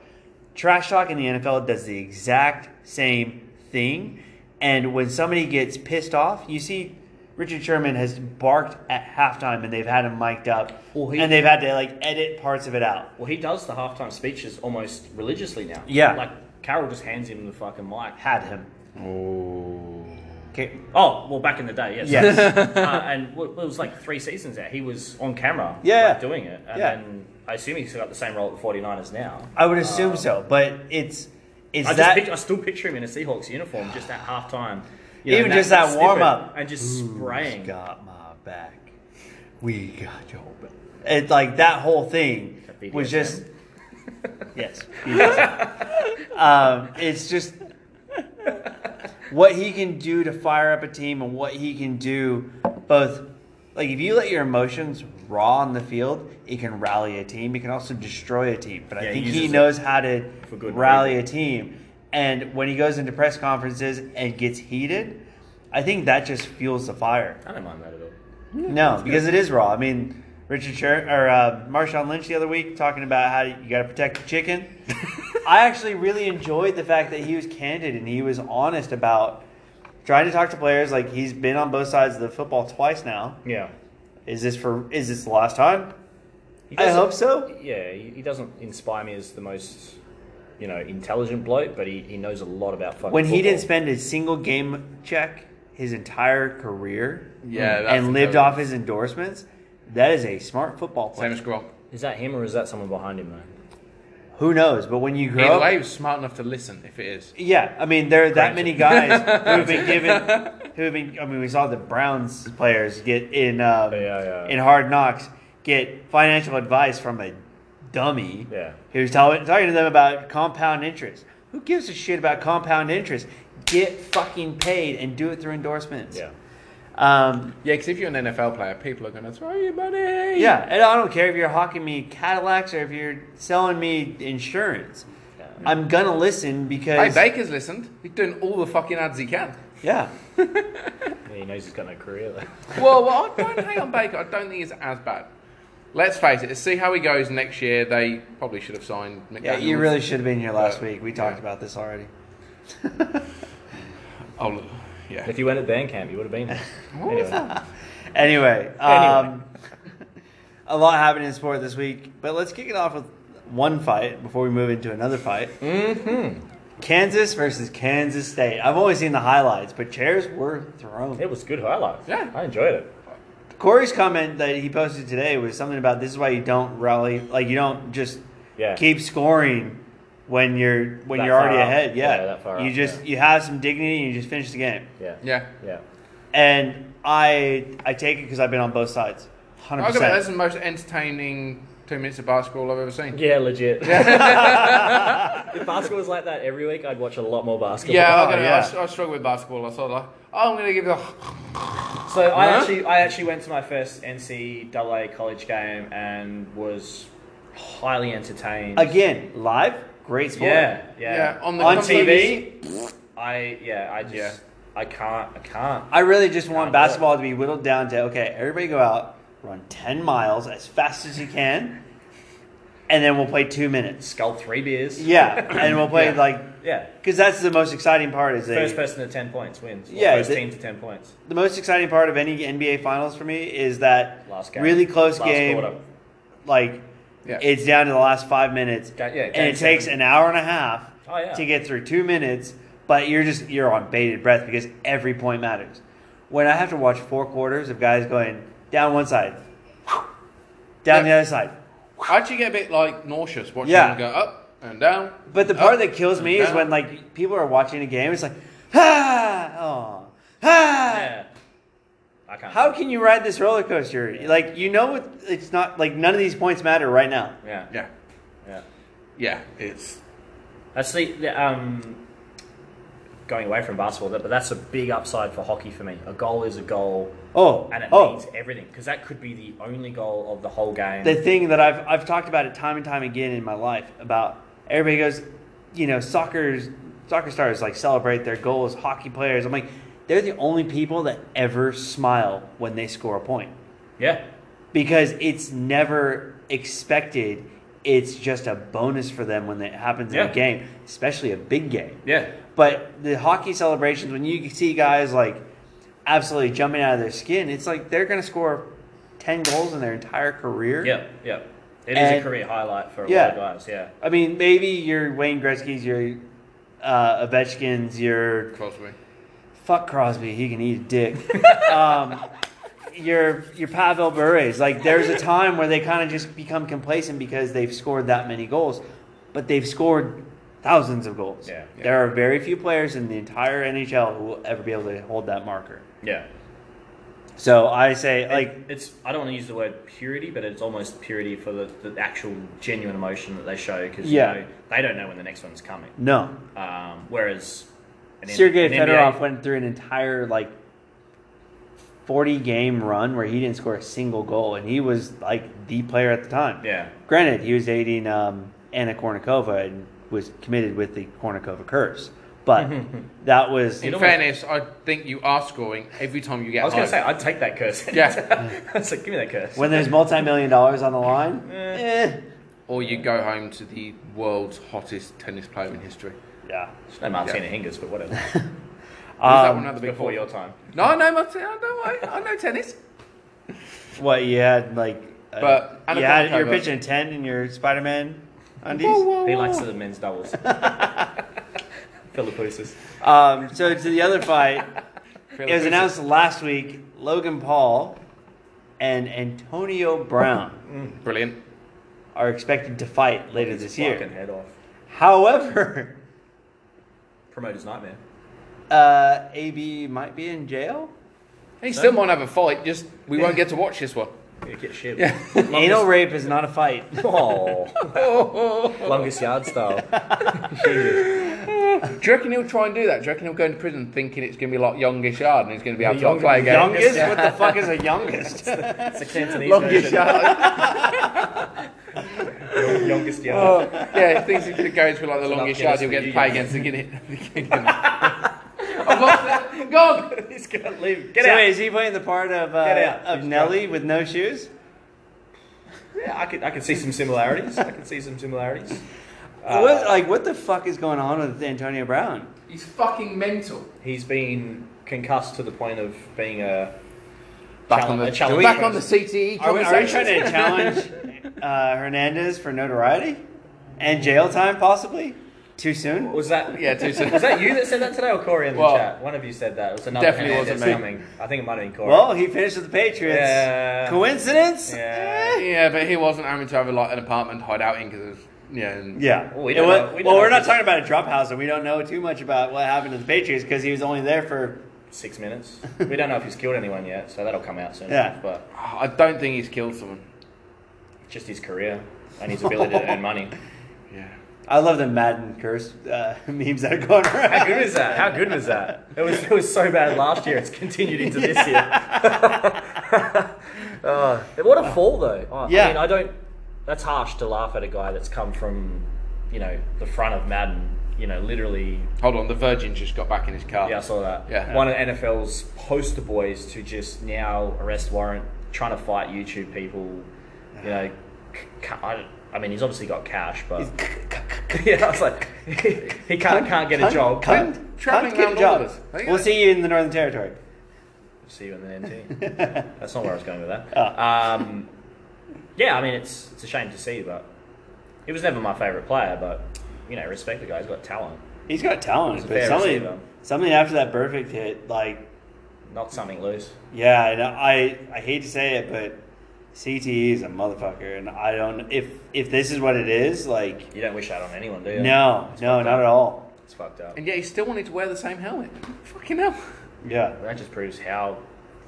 Speaker 1: Trash talk in the NFL does the exact same thing. And when somebody gets pissed off, you see Richard Sherman has barked at halftime and they've had him mic'd up
Speaker 3: Well, he-
Speaker 1: and they've had to like edit parts of it out.
Speaker 3: Well, he does the halftime speeches almost religiously now.
Speaker 1: Yeah.
Speaker 3: Like, Carroll just hands him the fucking mic.
Speaker 1: Had him. Okay.
Speaker 3: Oh, well, back in the day, yes.
Speaker 1: Yes.
Speaker 3: uh, and w- it was like three seasons out. He was on camera
Speaker 1: Yeah.
Speaker 3: like, doing it. And
Speaker 1: Yeah.
Speaker 3: then I assume he's got the same role at the 49ers now.
Speaker 1: I would assume so, but it's it's
Speaker 3: I, just
Speaker 1: that
Speaker 3: pict- I still picture him in a Seahawks uniform just at halftime. you
Speaker 1: Even just that
Speaker 3: snippet
Speaker 1: warm-up.
Speaker 3: And just spraying.
Speaker 1: Who's got my back. We got your back. It's like that whole thing
Speaker 3: That
Speaker 1: was just
Speaker 3: BDSM.
Speaker 1: yes. BDSM. um, it's just what he can do to fire up a team and what he can do both like if you let your emotions raw on the field, it can rally a team. It can also destroy a team. But
Speaker 3: Yeah,
Speaker 1: I
Speaker 3: he
Speaker 1: think he
Speaker 3: uses it
Speaker 1: knows how to
Speaker 3: for good
Speaker 1: rally a team. And when he goes into press conferences and gets heated, I think that just fuels the fire.
Speaker 3: I don't mind that at all.
Speaker 1: No, because it is raw. I mean, Richard Sher- or uh, Marshawn Lynch the other week talking about how you got to protect the chicken. I actually really enjoyed the fact that he was candid and he was honest about trying to talk to players. Like he's been on both sides of the football twice now.
Speaker 3: Yeah.
Speaker 1: Is this for? Is this the last time?
Speaker 3: He
Speaker 1: I
Speaker 3: doesn't-
Speaker 1: hope so.
Speaker 3: Yeah, he, he doesn't inspire me as the most, you know, intelligent bloke, but he, he knows a lot about fucking
Speaker 1: When he didn't
Speaker 3: football.
Speaker 1: spend a single game check his entire career,
Speaker 2: Yeah, that's
Speaker 1: and lived
Speaker 2: the-
Speaker 1: off his endorsements, that is a smart football
Speaker 2: Same
Speaker 1: player.
Speaker 2: as Gronk.
Speaker 3: Is that him or is that someone behind him, though?
Speaker 1: Who knows? But when you grow
Speaker 2: Either
Speaker 1: up,
Speaker 2: way, he was smart enough to listen. If it is,
Speaker 1: Yeah, I mean there are that many guys who have been given who have been. I mean, we saw the Browns players get in um,
Speaker 3: Yeah, yeah.
Speaker 1: in Hard Knocks get financial advice from a dummy.
Speaker 3: Yeah.
Speaker 1: who's talking talking to them about compound interest. Who gives a shit about compound interest? Get fucking paid and do it through endorsements.
Speaker 3: Yeah.
Speaker 1: Um,
Speaker 2: yeah, because if you're an NFL player, people are going to throw you money.
Speaker 1: yeah, and I don't care if you're hawking me Cadillacs or if you're selling me insurance. I'm gonna listen
Speaker 2: Hey,
Speaker 1: because
Speaker 2: Baker's listened. He's doing all the fucking ads he can.
Speaker 1: yeah,
Speaker 3: Yeah, he knows he's got no career, though.
Speaker 2: Well, well I don't hang on Baker. I don't think he's as bad. let's face it, see how he goes next year. They probably should have signed
Speaker 1: Yeah,
Speaker 2: McDaniels.
Speaker 1: you really should have been here last
Speaker 2: But-
Speaker 1: week. We talked
Speaker 2: yeah.
Speaker 1: about this already.
Speaker 2: Oh, look, yeah.
Speaker 3: If you went at Bandcamp, you would have been there.
Speaker 2: What was that?
Speaker 1: Anyway, um, a lot happened in sport this week, but let's kick it off with one fight before we move into another fight. Mm-hmm. Kansas versus Kansas State. I've always seen the highlights, but chairs were thrown.
Speaker 3: It was good highlights.
Speaker 2: Yeah.
Speaker 3: I enjoyed it.
Speaker 1: Corey's comment that he posted today was something about this is why you don't rally, like you don't just
Speaker 3: Yeah.
Speaker 1: keep scoring when you're when
Speaker 3: That
Speaker 1: you're already
Speaker 3: far up.
Speaker 1: ahead. Yeah,
Speaker 3: Yeah, that far
Speaker 1: you
Speaker 3: up,
Speaker 1: just
Speaker 3: yeah.
Speaker 1: you have some dignity and you just finish the game.
Speaker 3: Yeah.
Speaker 2: Yeah.
Speaker 3: Yeah.
Speaker 1: And I I take it because I've been on both sides, hundred
Speaker 2: I'll go back. That's
Speaker 1: percent.
Speaker 2: the most entertaining two minutes of basketball I've ever seen.
Speaker 3: Yeah, legit. if basketball was like that every week, I'd watch a lot more basketball.
Speaker 2: Yeah, I'll
Speaker 1: Oh,
Speaker 2: go I,
Speaker 1: yeah.
Speaker 2: s- I struggle with basketball. I sort of like, oh, I'm going to give it a.
Speaker 3: So I
Speaker 2: Huh?
Speaker 3: actually, I actually went to my first NCAA college game and was highly entertained.
Speaker 1: Again, live, great sport.
Speaker 3: Yeah, yeah.
Speaker 2: Yeah, on the
Speaker 1: On
Speaker 2: company-
Speaker 1: TV?
Speaker 3: I yeah, I just
Speaker 2: Yeah.
Speaker 3: I can't, I can't.
Speaker 1: I really just want
Speaker 3: Can't do it.
Speaker 1: basketball to be whittled down to okay, everybody go out, run ten miles as fast as you can, and then we'll play two minutes.
Speaker 3: Skull three beers.
Speaker 1: Yeah, and we'll play
Speaker 2: Yeah.
Speaker 1: like
Speaker 3: yeah.
Speaker 1: because that's the most exciting part is they,
Speaker 3: First person to ten points wins. Or
Speaker 1: Yeah,
Speaker 3: first
Speaker 1: the-
Speaker 3: team to ten points.
Speaker 1: the most exciting part of any NBA finals for me is that
Speaker 3: Last game.
Speaker 1: really close
Speaker 3: Last
Speaker 1: game.
Speaker 3: quarter.
Speaker 1: Like
Speaker 2: Yeah.
Speaker 1: it's down to the last five minutes,
Speaker 3: Ga- yeah,
Speaker 1: and
Speaker 3: game
Speaker 1: it takes
Speaker 3: seven.
Speaker 1: an hour and a half
Speaker 3: Oh, yeah.
Speaker 1: to get through two minutes. But you're just you're on bated breath because every point matters. When I have to watch four quarters of guys going down one side, down the
Speaker 2: Yeah.
Speaker 1: other side.
Speaker 2: I actually get a bit like nauseous watching
Speaker 1: Yeah.
Speaker 2: them go up and down.
Speaker 1: But the
Speaker 2: and
Speaker 1: part
Speaker 2: up
Speaker 1: that kills
Speaker 2: and
Speaker 1: me is
Speaker 2: Oh. down.
Speaker 1: when like people are watching a game. It's like, ah, oh, ah.
Speaker 3: Yeah. I can't.
Speaker 1: How can you ride this roller coaster? Like you know, it- it's not like none of these points matter right now.
Speaker 3: Yeah.
Speaker 2: Yeah,
Speaker 3: Yeah.
Speaker 2: yeah, it's
Speaker 3: That's the, the um, going away from basketball, but that's a big upside for hockey for me. A goal is a goal,
Speaker 1: Oh,
Speaker 3: and it
Speaker 1: oh,
Speaker 3: means everything because that could be the only goal of the whole game.
Speaker 1: the thing that I've I've talked about it time and time again in my life about everybody goes, you know, soccer's soccer stars like celebrate their goals. Hockey players, I'm like, they're the only people that ever smile when they score a point
Speaker 3: yeah.
Speaker 1: because it's never expected. It's just a bonus for them when it happens in
Speaker 3: Yeah.
Speaker 1: a game, especially a big game.
Speaker 3: Yeah.
Speaker 1: But the hockey celebrations, when you see guys like absolutely jumping out of their skin, it's like they're going to score 10 goals in their entire career.
Speaker 3: Yeah. Yeah. It is
Speaker 1: And-
Speaker 3: a career highlight for a
Speaker 1: Yeah.
Speaker 3: lot of guys. Yeah.
Speaker 1: I mean, maybe your Wayne Gretzky's, your uh, Ovechkin's, your
Speaker 2: Crosby.
Speaker 1: fuck Crosby, he can eat a dick. um, your your Pavel Bure's like there's a time where they kind of just become complacent because they've scored that many goals, but they've scored thousands of goals.
Speaker 3: Yeah.
Speaker 1: There are very few players in the entire NHL who will ever be able to hold that marker.
Speaker 3: Yeah.
Speaker 1: So I say like
Speaker 3: it's I don't want to use the word purity, but it's almost purity for the, the actual genuine emotion that they show because
Speaker 1: Yeah.
Speaker 3: you know, they don't know when the next one's coming.
Speaker 1: no.
Speaker 3: Um, whereas an N-
Speaker 1: Sergei
Speaker 3: an NBA
Speaker 1: Fedorov went through an entire like 40 game run where he didn't score a single goal and he was like the player at the time.
Speaker 3: Yeah.
Speaker 1: Granted, he was dating um, Anna Kournikova and was committed with the Kournikova curse, but that was
Speaker 2: In
Speaker 3: It almost-
Speaker 2: fairness, I think you are scoring every time you get.
Speaker 3: I was going to
Speaker 2: home.
Speaker 3: say I'd take that curse.
Speaker 2: Yeah.
Speaker 3: I was like, give me that curse.
Speaker 1: when there's multi-million dollars on the line. eh.
Speaker 2: or you go home to the world's hottest tennis player in history.
Speaker 1: Yeah.
Speaker 3: There's no Martina Hingis, but whatever.
Speaker 2: Or is that
Speaker 1: Um,
Speaker 2: one of the big
Speaker 3: Before
Speaker 2: four?
Speaker 3: your time.
Speaker 2: No, no, Martin, I don't worry. I know tennis.
Speaker 1: what you had like, a,
Speaker 2: But Anna
Speaker 1: you had you're
Speaker 2: Kournikova-
Speaker 1: pitching a ten in your Spider-Man undies.
Speaker 3: He likes the men's doubles. Philippoussis.
Speaker 1: Um, so to the other fight, it was
Speaker 2: Philippoussis.
Speaker 1: announced last week: Logan Paul and Antonio Brown
Speaker 2: Brilliant.
Speaker 1: are expected to fight later
Speaker 3: His
Speaker 1: this
Speaker 3: fucking
Speaker 1: year.
Speaker 3: head off.
Speaker 1: However,
Speaker 3: Promoter's nightmare.
Speaker 1: uh, AB might be in jail.
Speaker 2: He still might have a fight. Just we won't get to watch this one.
Speaker 3: You get shit.
Speaker 2: Yeah.
Speaker 1: Anal rape is not a fight.
Speaker 3: Oh, longest yard style.
Speaker 2: Do you reckon he'll try and do that? Do you reckon he'll go into prison thinking it's going to be like youngish yard and he's going to be able to
Speaker 3: Young-
Speaker 2: play again?
Speaker 1: Youngest? What the fuck is a youngest?
Speaker 3: It's a Cantonese
Speaker 2: Youngish
Speaker 3: version.
Speaker 2: yard.
Speaker 3: Youngest yard.
Speaker 1: Oh.
Speaker 2: Oh, yeah, he thinks if you go into like the longest yard,
Speaker 3: Guinness
Speaker 2: you'll get
Speaker 3: for
Speaker 2: to
Speaker 3: you
Speaker 2: play against the Guinness. I've lost it. God.
Speaker 3: He's gonna leave. Get
Speaker 1: so
Speaker 3: out.
Speaker 1: wait, is he playing the part of uh,
Speaker 3: Get out.
Speaker 1: of
Speaker 3: He's
Speaker 1: Nelly with no shoes?
Speaker 3: Yeah, I could I could see some similarities. I could see some similarities.
Speaker 1: what, like, what the fuck is going on with Antonio Brown?
Speaker 2: He's fucking mental.
Speaker 3: He's been concussed to the point of being a
Speaker 2: Back on
Speaker 3: Challenge-
Speaker 2: the
Speaker 3: a challenge
Speaker 2: back on the E
Speaker 3: process.
Speaker 2: CTE
Speaker 1: Are we, are we
Speaker 2: conversation.
Speaker 1: trying to challenge uh, Hernandez for notoriety and jail time, possibly? Too soon?
Speaker 3: Was that
Speaker 2: Yeah, too soon.
Speaker 3: Was that you that said that today, or Corey in the
Speaker 2: Well,
Speaker 3: chat? One of you said that. It was another
Speaker 2: definitely
Speaker 3: hand
Speaker 2: wasn't
Speaker 3: that's
Speaker 2: me.
Speaker 3: coming. I think it might have been Corey.
Speaker 1: Well, he finished with the Patriots.
Speaker 3: Yeah.
Speaker 1: Coincidence?
Speaker 3: Yeah.
Speaker 1: Eh.
Speaker 2: Yeah, but he wasn't having to have a, like an apartment hideout in because yeah, and
Speaker 1: Yeah.
Speaker 3: Well, we
Speaker 1: It
Speaker 3: don't
Speaker 1: was-
Speaker 3: know-
Speaker 1: well,
Speaker 3: we don't know
Speaker 1: we're
Speaker 3: if
Speaker 1: not
Speaker 3: it's-
Speaker 1: talking about a drop house, and we don't know too much about what happened to the Patriots because he was only there for.
Speaker 3: six minutes. We don't know if he's killed anyone yet, so that'll come out soon.
Speaker 1: Yeah.
Speaker 3: enough, but
Speaker 2: I don't think he's killed someone.
Speaker 3: just his career and his ability to earn money.
Speaker 2: Yeah.
Speaker 1: I love the Madden curse uh, memes that are going
Speaker 3: How
Speaker 1: around.
Speaker 3: good was that? How good was that? It was it was so bad last year. It's continued into this year. uh, what a fall though. I-
Speaker 1: Yeah.
Speaker 3: I mean, I don't. That's harsh to laugh at a guy that's come from, you know, the front of Madden. You know, literally.
Speaker 2: Hold on, the Virgin just got back in his car.
Speaker 3: Yeah, I saw that.
Speaker 2: Yeah.
Speaker 3: One of NFL's poster boys to just now arrest warrant, trying to fight YouTube people. You know, c- c- I, I mean, he's obviously got cash, but yeah, I was like, he can't can't get a job.
Speaker 1: Cunt,
Speaker 2: We're
Speaker 1: cunt,
Speaker 2: traveling
Speaker 1: get a
Speaker 2: around
Speaker 1: job.
Speaker 2: borders. There you
Speaker 1: We'll
Speaker 2: go.
Speaker 1: see you in the Northern Territory.
Speaker 3: See you in the NT. That's not where I was going with that.
Speaker 1: Oh.
Speaker 3: Um, yeah, I mean it's it's a shame to see, but he was never my favourite player. But you know, respect the guy; he's got talent,
Speaker 1: He's got
Speaker 3: He's
Speaker 1: talent,
Speaker 3: a
Speaker 1: but
Speaker 3: fair
Speaker 1: something,
Speaker 3: receiver.
Speaker 1: something after that perfect hit, like
Speaker 3: not something loose.
Speaker 1: Yeah, and I I hate to say it, but CTE is a motherfucker, and I don't if if this is what it is, like
Speaker 3: You don't wish that on anyone, do you?
Speaker 1: no, no, not at all.
Speaker 3: it's fucked up.
Speaker 2: And yet he still wanted to wear the same helmet. Fucking hell.
Speaker 1: Yeah,
Speaker 3: That just proves how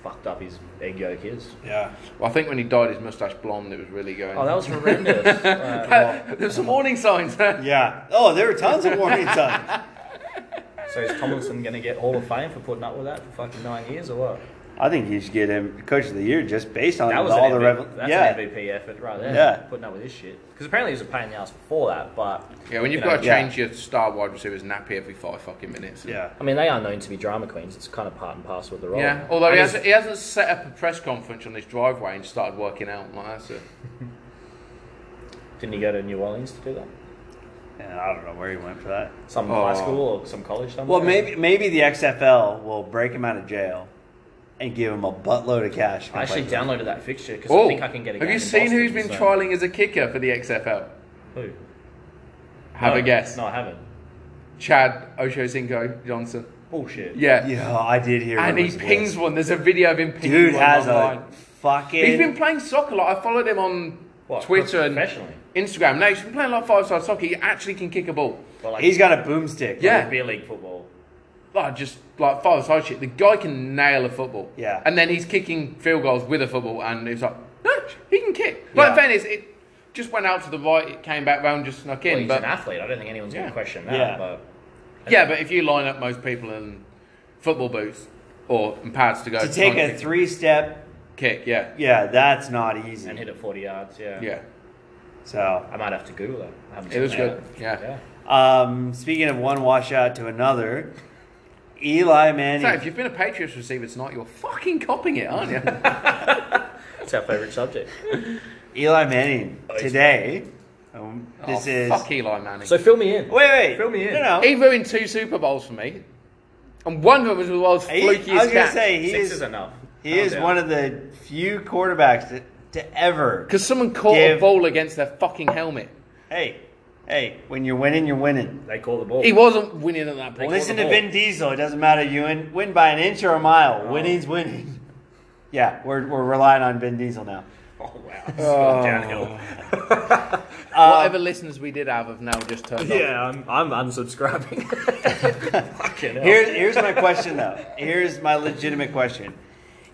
Speaker 3: fucked up his egg yolk is.
Speaker 1: yeah.
Speaker 2: Well, I think when he dyed his mustache blonde, it was really going.
Speaker 3: Oh, that was horrendous. Uh,
Speaker 2: There were some warning signs. there.
Speaker 1: Yeah. Oh, there were tons of warning signs.
Speaker 3: so is Tomlinson going to get Hall of Fame for putting up with that for fucking nine years or what?
Speaker 1: I think you should get him coach of the year just based on
Speaker 3: That was
Speaker 1: all
Speaker 3: an
Speaker 1: the
Speaker 3: MVP,
Speaker 1: revel-
Speaker 3: that's
Speaker 1: yeah.
Speaker 3: an MVP effort right there.
Speaker 1: Yeah.
Speaker 3: putting up with this shit because apparently he was a pain in the ass before that. But
Speaker 2: Yeah, when you've
Speaker 3: you know,
Speaker 2: got to
Speaker 1: yeah.
Speaker 2: change your star wide receiver's nappy every five fucking minutes.
Speaker 1: Yeah.
Speaker 3: I mean, they are known to be drama queens. It's kind of part and parcel of the role.
Speaker 2: Yeah, although
Speaker 3: And
Speaker 2: he
Speaker 3: he's-
Speaker 2: hasn't, he hasn't set up a press conference on his driveway and started working out like that. So.
Speaker 3: didn't he go to New Orleans to do that?
Speaker 1: And I don't know where he went for that.
Speaker 3: Some
Speaker 2: Oh.
Speaker 3: high school or some college somewhere?
Speaker 1: Well, maybe maybe the XFL will break him out of jail and give him a buttload of cash. to
Speaker 3: I actually
Speaker 1: play for.
Speaker 3: downloaded that fixture because I
Speaker 2: Oh,
Speaker 3: think I can get a
Speaker 2: have
Speaker 3: game
Speaker 2: you
Speaker 3: in
Speaker 2: seen who's been
Speaker 3: Boston, so-
Speaker 2: trialing as a kicker for the XFL?
Speaker 3: Who?
Speaker 2: Have
Speaker 3: no,
Speaker 2: a guess.
Speaker 3: No, I haven't.
Speaker 2: Chad Ochocinco Johnson.
Speaker 3: Bullshit.
Speaker 2: Yeah.
Speaker 1: Yeah, I did hear.
Speaker 2: And
Speaker 1: it
Speaker 2: he
Speaker 1: was
Speaker 2: pings
Speaker 1: worse.
Speaker 2: one. There's a video of him pinging
Speaker 1: Dude
Speaker 2: one
Speaker 1: has
Speaker 2: online.
Speaker 1: a fucking.
Speaker 2: He's been playing soccer. Like, I followed him on
Speaker 3: What,
Speaker 2: Twitter and
Speaker 3: professionally?
Speaker 2: Instagram. No, he's been playing like five-side soccer. He actually can kick a ball.
Speaker 3: Well, like,
Speaker 1: He's got a boomstick.
Speaker 2: Yeah.
Speaker 3: beer league football.
Speaker 2: Like just like five-side shit. The guy can nail a football.
Speaker 1: Yeah.
Speaker 2: And then he's kicking field goals with a football, and it's like, no, he can kick. Like
Speaker 1: Yeah.
Speaker 2: fairness, it just went out to the right. It came back round, just snuck in.
Speaker 3: Well, he's
Speaker 2: but
Speaker 3: an athlete. I don't think anyone's going
Speaker 2: Yeah.
Speaker 3: to question that.
Speaker 1: Yeah.
Speaker 3: But
Speaker 2: yeah, but if you line up most people in football boots or in pads to go
Speaker 1: to take
Speaker 2: try and
Speaker 1: a three step,
Speaker 2: kick, yeah,
Speaker 1: yeah, that's not
Speaker 3: and
Speaker 1: easy.
Speaker 3: hit it 40 yards. Yeah.
Speaker 2: yeah,
Speaker 1: So,
Speaker 3: I might have to Google that. I haven't
Speaker 2: it
Speaker 3: seen
Speaker 2: was
Speaker 3: that.
Speaker 2: good. Yeah.
Speaker 3: Yeah.
Speaker 1: um, speaking of one washout to another, Eli Manning.
Speaker 2: So if you've been a Patriots receiver tonight, you're fucking copying it, aren't you? Oh,
Speaker 3: It's our favourite subject.
Speaker 1: Eli Manning
Speaker 3: Oh, he's-
Speaker 1: today. Um,
Speaker 2: Oh,
Speaker 1: this is.
Speaker 2: fuck Eli Manning.
Speaker 3: So fill me in.
Speaker 1: Wait, wait.
Speaker 3: Fill me in.
Speaker 1: No, no.
Speaker 2: he ruined two Super Bowls for me, and one of them was the world's
Speaker 1: He-
Speaker 2: flukiest
Speaker 1: I was gonna
Speaker 2: catch.
Speaker 1: say he
Speaker 3: Six
Speaker 1: is.
Speaker 3: is enough.
Speaker 1: he is one of the few quarterbacks to, to ever.
Speaker 2: Because someone caught
Speaker 1: Give-
Speaker 2: a ball against their fucking helmet.
Speaker 1: Hey, hey, when you're winning, you're winning.
Speaker 3: They call the ball.
Speaker 2: He wasn't winning at that point.
Speaker 1: Listen
Speaker 2: He
Speaker 1: to
Speaker 2: caught the
Speaker 1: Vin Diesel. It doesn't matter. You win, win by an inch or a mile. Winning's winning. Yeah, we're, we're relying on Vin Diesel now.
Speaker 3: Oh wow.
Speaker 2: Oh.
Speaker 3: Downhill.
Speaker 1: uh,
Speaker 2: ball. Whatever listeners we did have have now just turned off.
Speaker 3: Yeah, I'm, I'm unsubscribing. Fucking hell.
Speaker 1: Here, here's my question, though. Here's my legitimate question.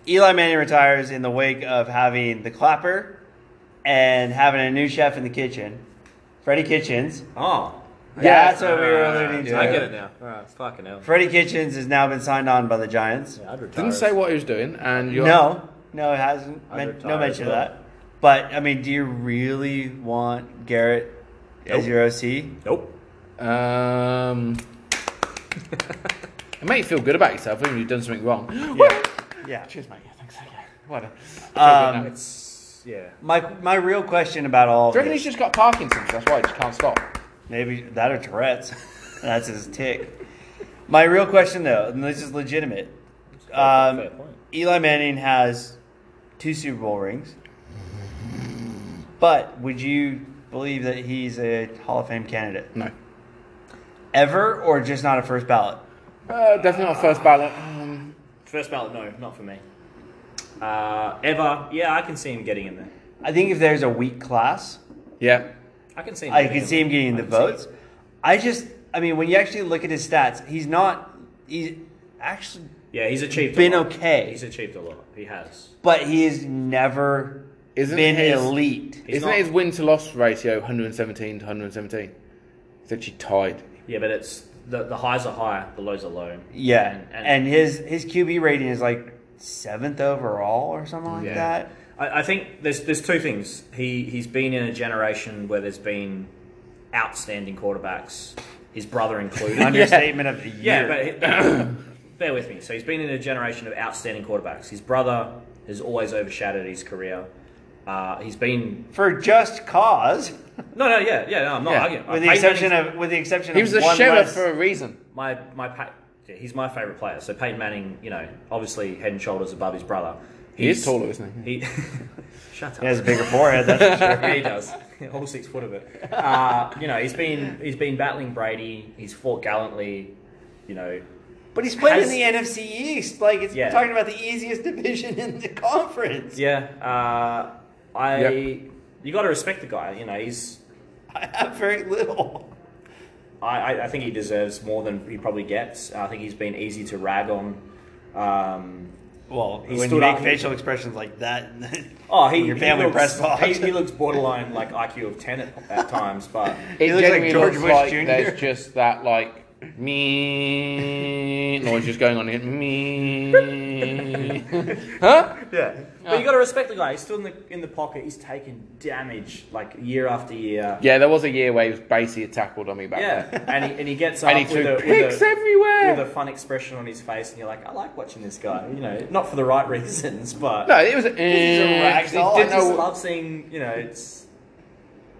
Speaker 1: Eli Manning retires in the wake of having the clapper and having a new chef in the kitchen, Freddie Kitchens.
Speaker 3: oh.
Speaker 1: That's what we were alluding to.
Speaker 2: yeah.
Speaker 3: I get it now. Alright, fucking hell.
Speaker 1: Freddie Kitchens has now been signed on by the Giants.
Speaker 3: Yeah, I'd retire.
Speaker 2: Didn't say what he was doing, and you're
Speaker 1: No, no, it hasn't.
Speaker 3: I
Speaker 1: men-
Speaker 3: retired
Speaker 1: no
Speaker 3: as
Speaker 1: mention of
Speaker 3: well.
Speaker 1: that. But I mean, do you really want Garrett as
Speaker 3: Nope.
Speaker 1: your OC?
Speaker 3: Nope.
Speaker 2: Um, it made you feel good about yourself when you've done something wrong.
Speaker 1: Yeah.
Speaker 2: Cheers, mate. Yeah, thanks. Yeah. Well done.
Speaker 1: Um,
Speaker 3: It's
Speaker 4: yeah.
Speaker 1: My my real question about all of
Speaker 2: Do you reckon
Speaker 1: this-
Speaker 2: he's just got Parkinson's? That's why he just can't stop.
Speaker 1: Maybe that or Tourette's. That's his tick. My real question, though, and this is legitimate. Um,
Speaker 3: fair point.
Speaker 1: Eli Manning has two Super Bowl rings, but would you believe that he's a Hall of Fame candidate
Speaker 2: No.
Speaker 1: ever, or just not a first ballot?
Speaker 2: Uh, definitely not first ballot. Um,
Speaker 3: First ballot, no, not for me. Uh, ever, yeah, I can see him getting in there.
Speaker 1: I think if there's a weak class,
Speaker 2: yeah.
Speaker 3: I Oh, can see him.
Speaker 1: I
Speaker 3: getting
Speaker 1: can
Speaker 3: in
Speaker 1: see
Speaker 3: there.
Speaker 1: him getting
Speaker 3: I
Speaker 1: the
Speaker 3: can see it.
Speaker 1: votes. I just, I mean, when you actually look at his stats, he's not. He's actually
Speaker 3: Yeah, he's achieved.
Speaker 1: Been
Speaker 3: a lot.
Speaker 1: okay.
Speaker 3: He's achieved a lot. He has.
Speaker 1: but he has never
Speaker 2: Isn't
Speaker 1: been
Speaker 2: his-
Speaker 1: elite.
Speaker 3: He's
Speaker 2: Isn't
Speaker 3: not-
Speaker 2: it his win to loss ratio 117 to 117? He's actually tied.
Speaker 3: Yeah, but it's the, the highs are high, the lows are low.
Speaker 1: Yeah,
Speaker 3: and,
Speaker 1: and,
Speaker 3: and,
Speaker 1: his his QB rating is like seventh overall or something like
Speaker 2: Yeah.
Speaker 1: that.
Speaker 3: I, I think there's there's two things. He he's been in a generation where there's been outstanding quarterbacks, his brother included.
Speaker 1: Understatement of the
Speaker 3: Yeah,
Speaker 1: year.
Speaker 3: but he- bear with me. So he's been in a generation of outstanding quarterbacks. His brother has always overshadowed his career. Uh, he's been
Speaker 1: for just cause,
Speaker 3: no, no, yeah, yeah. No, I'm not
Speaker 2: Yeah.
Speaker 3: arguing.
Speaker 1: with the
Speaker 3: Peyton
Speaker 1: exception
Speaker 3: Manning's-
Speaker 1: of with the exception
Speaker 2: He was
Speaker 1: of
Speaker 2: a
Speaker 1: one
Speaker 2: sheriff
Speaker 1: less-
Speaker 2: for a reason.
Speaker 3: my my pa- yeah, he's my favorite player. So Peyton Manning, you know, obviously head and shoulders above his brother.
Speaker 2: He is taller, isn't
Speaker 3: He shut up.
Speaker 1: He has a bigger forehead. That's for sure.
Speaker 3: yeah, he does. All six foot of it. Uh, you know, he's been he's been battling Brady. He's fought gallantly. You know,
Speaker 1: But he's played
Speaker 3: Has-
Speaker 1: in the NFC East. Like it's
Speaker 3: Yeah.
Speaker 1: we're talking about the easiest division in the conference.
Speaker 3: yeah. Uh, I
Speaker 2: Yep.
Speaker 3: you got to respect the guy. You know, he's
Speaker 1: I have very little.
Speaker 3: I, I, I think he deserves more than he probably gets. I think he's been easy to rag on. Um,
Speaker 1: Well,
Speaker 3: He
Speaker 1: when you
Speaker 3: stood
Speaker 1: make
Speaker 3: up-
Speaker 1: facial expressions like that,
Speaker 3: oh, he
Speaker 1: in your family
Speaker 3: he looks,
Speaker 1: press box,
Speaker 3: He, he looks borderline like IQ of ten at, at times, but
Speaker 2: he?
Speaker 1: He looks like
Speaker 2: genuinely
Speaker 1: George
Speaker 2: looks
Speaker 1: Bush
Speaker 2: like
Speaker 1: Jr..
Speaker 2: There's just that, like, me noise just going on again. Me. huh?
Speaker 3: yeah. But you got to respect the guy. He's still in the in the pocket. He's taken damage like year after year.
Speaker 2: Yeah, there was a year where he was basically a tackle dummy back
Speaker 3: Yeah,
Speaker 2: there.
Speaker 3: and he, and he gets up
Speaker 2: And he
Speaker 3: with, a,
Speaker 2: threw
Speaker 3: with,
Speaker 2: picks
Speaker 3: a,
Speaker 2: everywhere.
Speaker 3: with a fun expression on his face, and you're like, I like watching this guy. You know, not for the right reasons, but
Speaker 2: no, it was. A,
Speaker 1: He's a
Speaker 2: eh, 'cause he
Speaker 1: ragdoll.
Speaker 3: I
Speaker 2: didn't
Speaker 3: just
Speaker 2: know-
Speaker 3: love seeing. You know, it's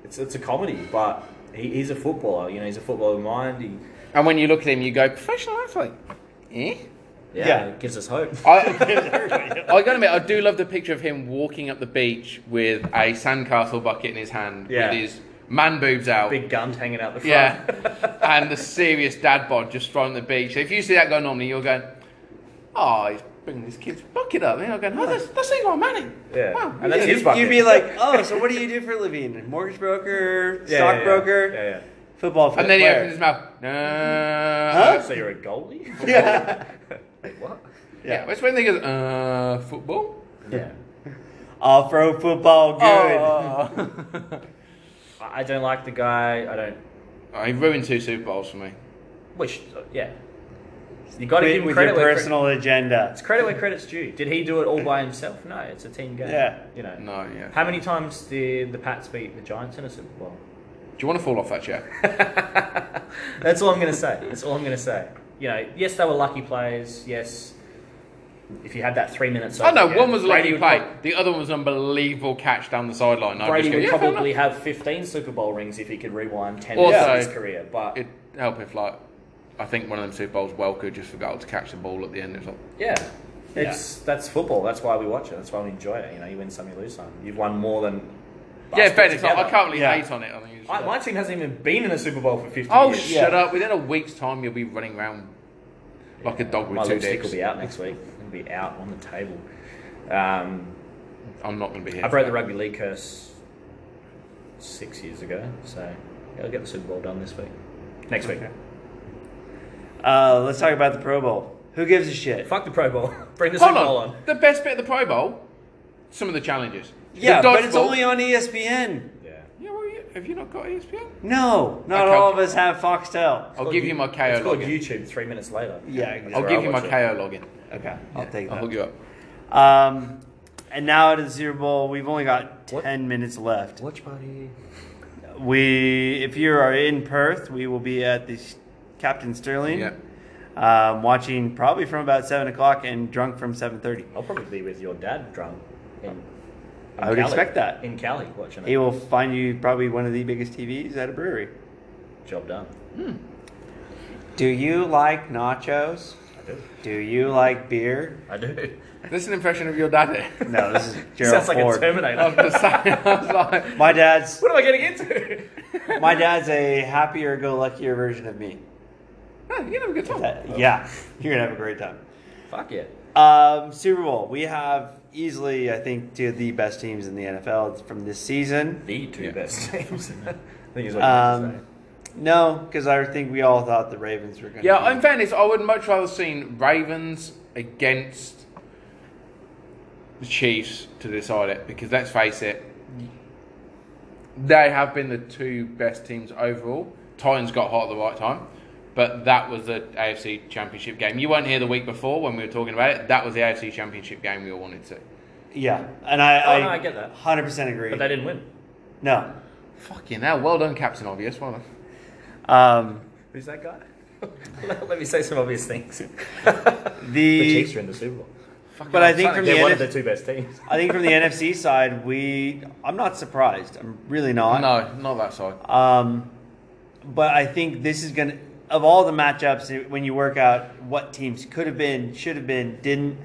Speaker 3: it's it's a comedy, but he, he's a footballer. You know, he's a footballer of mind. He,
Speaker 2: and when you look at him, you go professional athlete. Eh?
Speaker 3: yeah,
Speaker 1: Yeah.
Speaker 3: it gives us hope.
Speaker 2: I, I gotta admit, I do love the picture of him walking up the beach with a sandcastle bucket in his hand,
Speaker 3: Yeah.
Speaker 2: with his man boobs out.
Speaker 3: Big guns hanging out the front.
Speaker 2: yeah, and the serious dad bod just from the beach. If you see that guy normally, you're going, oh, he's bringing his kid's bucket up. And I'm going, oh, that's, that's Eli Manning.
Speaker 3: Yeah.
Speaker 2: Wow.
Speaker 3: And that's
Speaker 2: Yeah.
Speaker 3: his bucket.
Speaker 1: You'd be like, oh, so what do you do for a living? Mortgage broker,
Speaker 3: Yeah, yeah, yeah.
Speaker 1: stockbroker,
Speaker 3: Yeah, yeah.
Speaker 1: football
Speaker 2: And then he
Speaker 1: player.
Speaker 2: opens his mouth. No.
Speaker 1: Huh?
Speaker 3: So you're a goalie?
Speaker 1: Yeah.
Speaker 3: Wait, what?
Speaker 2: Yeah, that's when they go, uh, football?
Speaker 3: Yeah.
Speaker 1: I'll throw football good.
Speaker 2: Oh.
Speaker 3: I I don't like the guy. I don't.
Speaker 2: Oh, he ruined two Super Bowls for me.
Speaker 3: Which, yeah. You got to
Speaker 1: Quit
Speaker 3: give him
Speaker 1: with
Speaker 3: credit
Speaker 1: your
Speaker 3: where cre-
Speaker 1: personal agenda.
Speaker 3: It's credit where credit's due. Did he do it all by himself? No, it's a team game.
Speaker 1: Yeah.
Speaker 3: You know.
Speaker 2: No, yeah.
Speaker 3: How many times did the Pats beat the Giants in a Super Bowl?
Speaker 2: Do you want to fall off that chair?
Speaker 3: That's all I'm going to say. That's all I'm going to say. You know, yes, they were lucky plays. Yes, if you had that three minutes.
Speaker 2: Oh no,
Speaker 3: over
Speaker 2: one was a
Speaker 3: Brady
Speaker 2: lucky
Speaker 3: would
Speaker 2: play.
Speaker 3: prob-
Speaker 2: the other one was an unbelievable catch down the sideline. I'd
Speaker 3: Brady
Speaker 2: just go,
Speaker 3: would
Speaker 2: "Yeah, fair
Speaker 3: probably have 15 Super Bowl rings if he could rewind 10
Speaker 2: Also-
Speaker 3: minutes of his career.
Speaker 2: enough."
Speaker 3: But
Speaker 2: It'd help if like I think one of them Super Bowls Welker just forgot to catch the ball at the end. It's like
Speaker 3: yeah, it's that's football. That's why we watch it. That's why we enjoy it. You know, you win some, you lose some. You've won more than.
Speaker 2: Yeah,
Speaker 3: us
Speaker 2: fair enough.
Speaker 3: together.
Speaker 2: I can't really
Speaker 1: Yeah.
Speaker 2: hate on it. I mean, it's
Speaker 3: I,
Speaker 2: just
Speaker 3: my
Speaker 2: like-
Speaker 3: team hasn't even been in a Super Bowl for 50
Speaker 2: oh
Speaker 3: years.
Speaker 2: shut up. Within a week's time you'll be running around like a dog
Speaker 3: My
Speaker 2: with two
Speaker 3: lipstick will
Speaker 2: dicks.
Speaker 3: be out next week. It'll be out on the table. Um,
Speaker 2: I'm not gonna be here.
Speaker 3: I broke the rugby league curse six years ago, so yeah, I'll get the Super Bowl done this week. Next week.
Speaker 1: Uh, let's talk about the Pro Bowl. Who gives a shit?
Speaker 3: Fuck the Pro Bowl. Bring the
Speaker 2: Hold
Speaker 3: Super Bowl on.
Speaker 2: on. The best bit of the Pro Bowl, some of the challenges.
Speaker 1: Yeah,
Speaker 2: The
Speaker 1: but it's
Speaker 2: dodgeball-
Speaker 1: only on E ESPN.
Speaker 3: Yeah.
Speaker 2: Yeah, well, you- have you not got E ESPN?
Speaker 1: No, not
Speaker 2: Okay.
Speaker 1: all of us have Foxtel.
Speaker 2: I'll give you my KO
Speaker 3: It's called
Speaker 2: login.
Speaker 3: YouTube three minutes later.
Speaker 1: Yeah, exactly.
Speaker 2: I'll
Speaker 3: where
Speaker 2: give
Speaker 3: I
Speaker 2: you my
Speaker 3: watch it.
Speaker 2: KO login.
Speaker 1: Okay, I'll take
Speaker 2: I'll hook
Speaker 1: that.
Speaker 2: you up.
Speaker 1: Um, and now it is Super Bowl. We've only got
Speaker 3: What?
Speaker 1: ten minutes left.
Speaker 3: Watch party.
Speaker 1: We, if you are in Perth, we will be at the S- Captain Sterling.
Speaker 2: Yeah.
Speaker 1: Um, watching probably from about seven o'clock and drunk from seven thirty.
Speaker 3: I'll probably be with your dad drunk in
Speaker 1: I would
Speaker 3: Cali.
Speaker 1: expect that.
Speaker 3: in Cali watching it.
Speaker 1: He will find you probably one of the biggest TVs at a brewery.
Speaker 3: Job done.
Speaker 1: Do you like nachos?
Speaker 3: I do.
Speaker 1: Do you like beer?
Speaker 3: I do.
Speaker 2: Is this an impression of your daddy?
Speaker 1: No, this is Gerald
Speaker 3: Sounds like a
Speaker 1: Ford.
Speaker 2: I was
Speaker 3: Terminator.
Speaker 2: just saying, I was like,
Speaker 1: my dad's
Speaker 3: what am I getting into?
Speaker 1: my dad's a happier go luckier version of me.
Speaker 2: "Oh, you're gonna have a good time.
Speaker 1: That- yeah, you're gonna have a great time.
Speaker 3: Fuck yeah.
Speaker 1: Um, Super Bowl, we have easily, I think, two of the best teams in the NFL from this season.
Speaker 3: The two
Speaker 2: Yeah.
Speaker 3: best teams. I think is what you meant to
Speaker 1: Um, no, because I think we all thought the Ravens were gonna.
Speaker 2: Yeah,
Speaker 1: be-
Speaker 2: in fairness, I would much rather seen Ravens against the Chiefs to decide it because let's face it, they have been the two best teams overall. Titans got hot at the right time, but that was the AFC Championship game. You weren't here the week before when we were talking about it. That was the AFC Championship game we all wanted to.
Speaker 1: yeah, and I,
Speaker 3: Oh, no, I get that.
Speaker 1: hundred percent agree.
Speaker 3: say. But they didn't win.
Speaker 1: no,
Speaker 2: Fucking hell, well done, Captain Obvious. Well done.
Speaker 1: um,
Speaker 3: Who's that guy? Let me say some obvious things.
Speaker 1: the,
Speaker 3: The Chiefs are in the Super Bowl.
Speaker 2: Fucking
Speaker 1: But I
Speaker 2: hell,
Speaker 1: think
Speaker 2: Sonic.
Speaker 1: from the
Speaker 3: They're one of
Speaker 1: NF
Speaker 3: the two best teams.
Speaker 1: I think from the NFC side, we I'm not surprised. I'm really not.
Speaker 2: no, not that side.
Speaker 1: Um, but I think this is going to, of all the matchups, it- when you work out what teams could have been, should have been, didn't,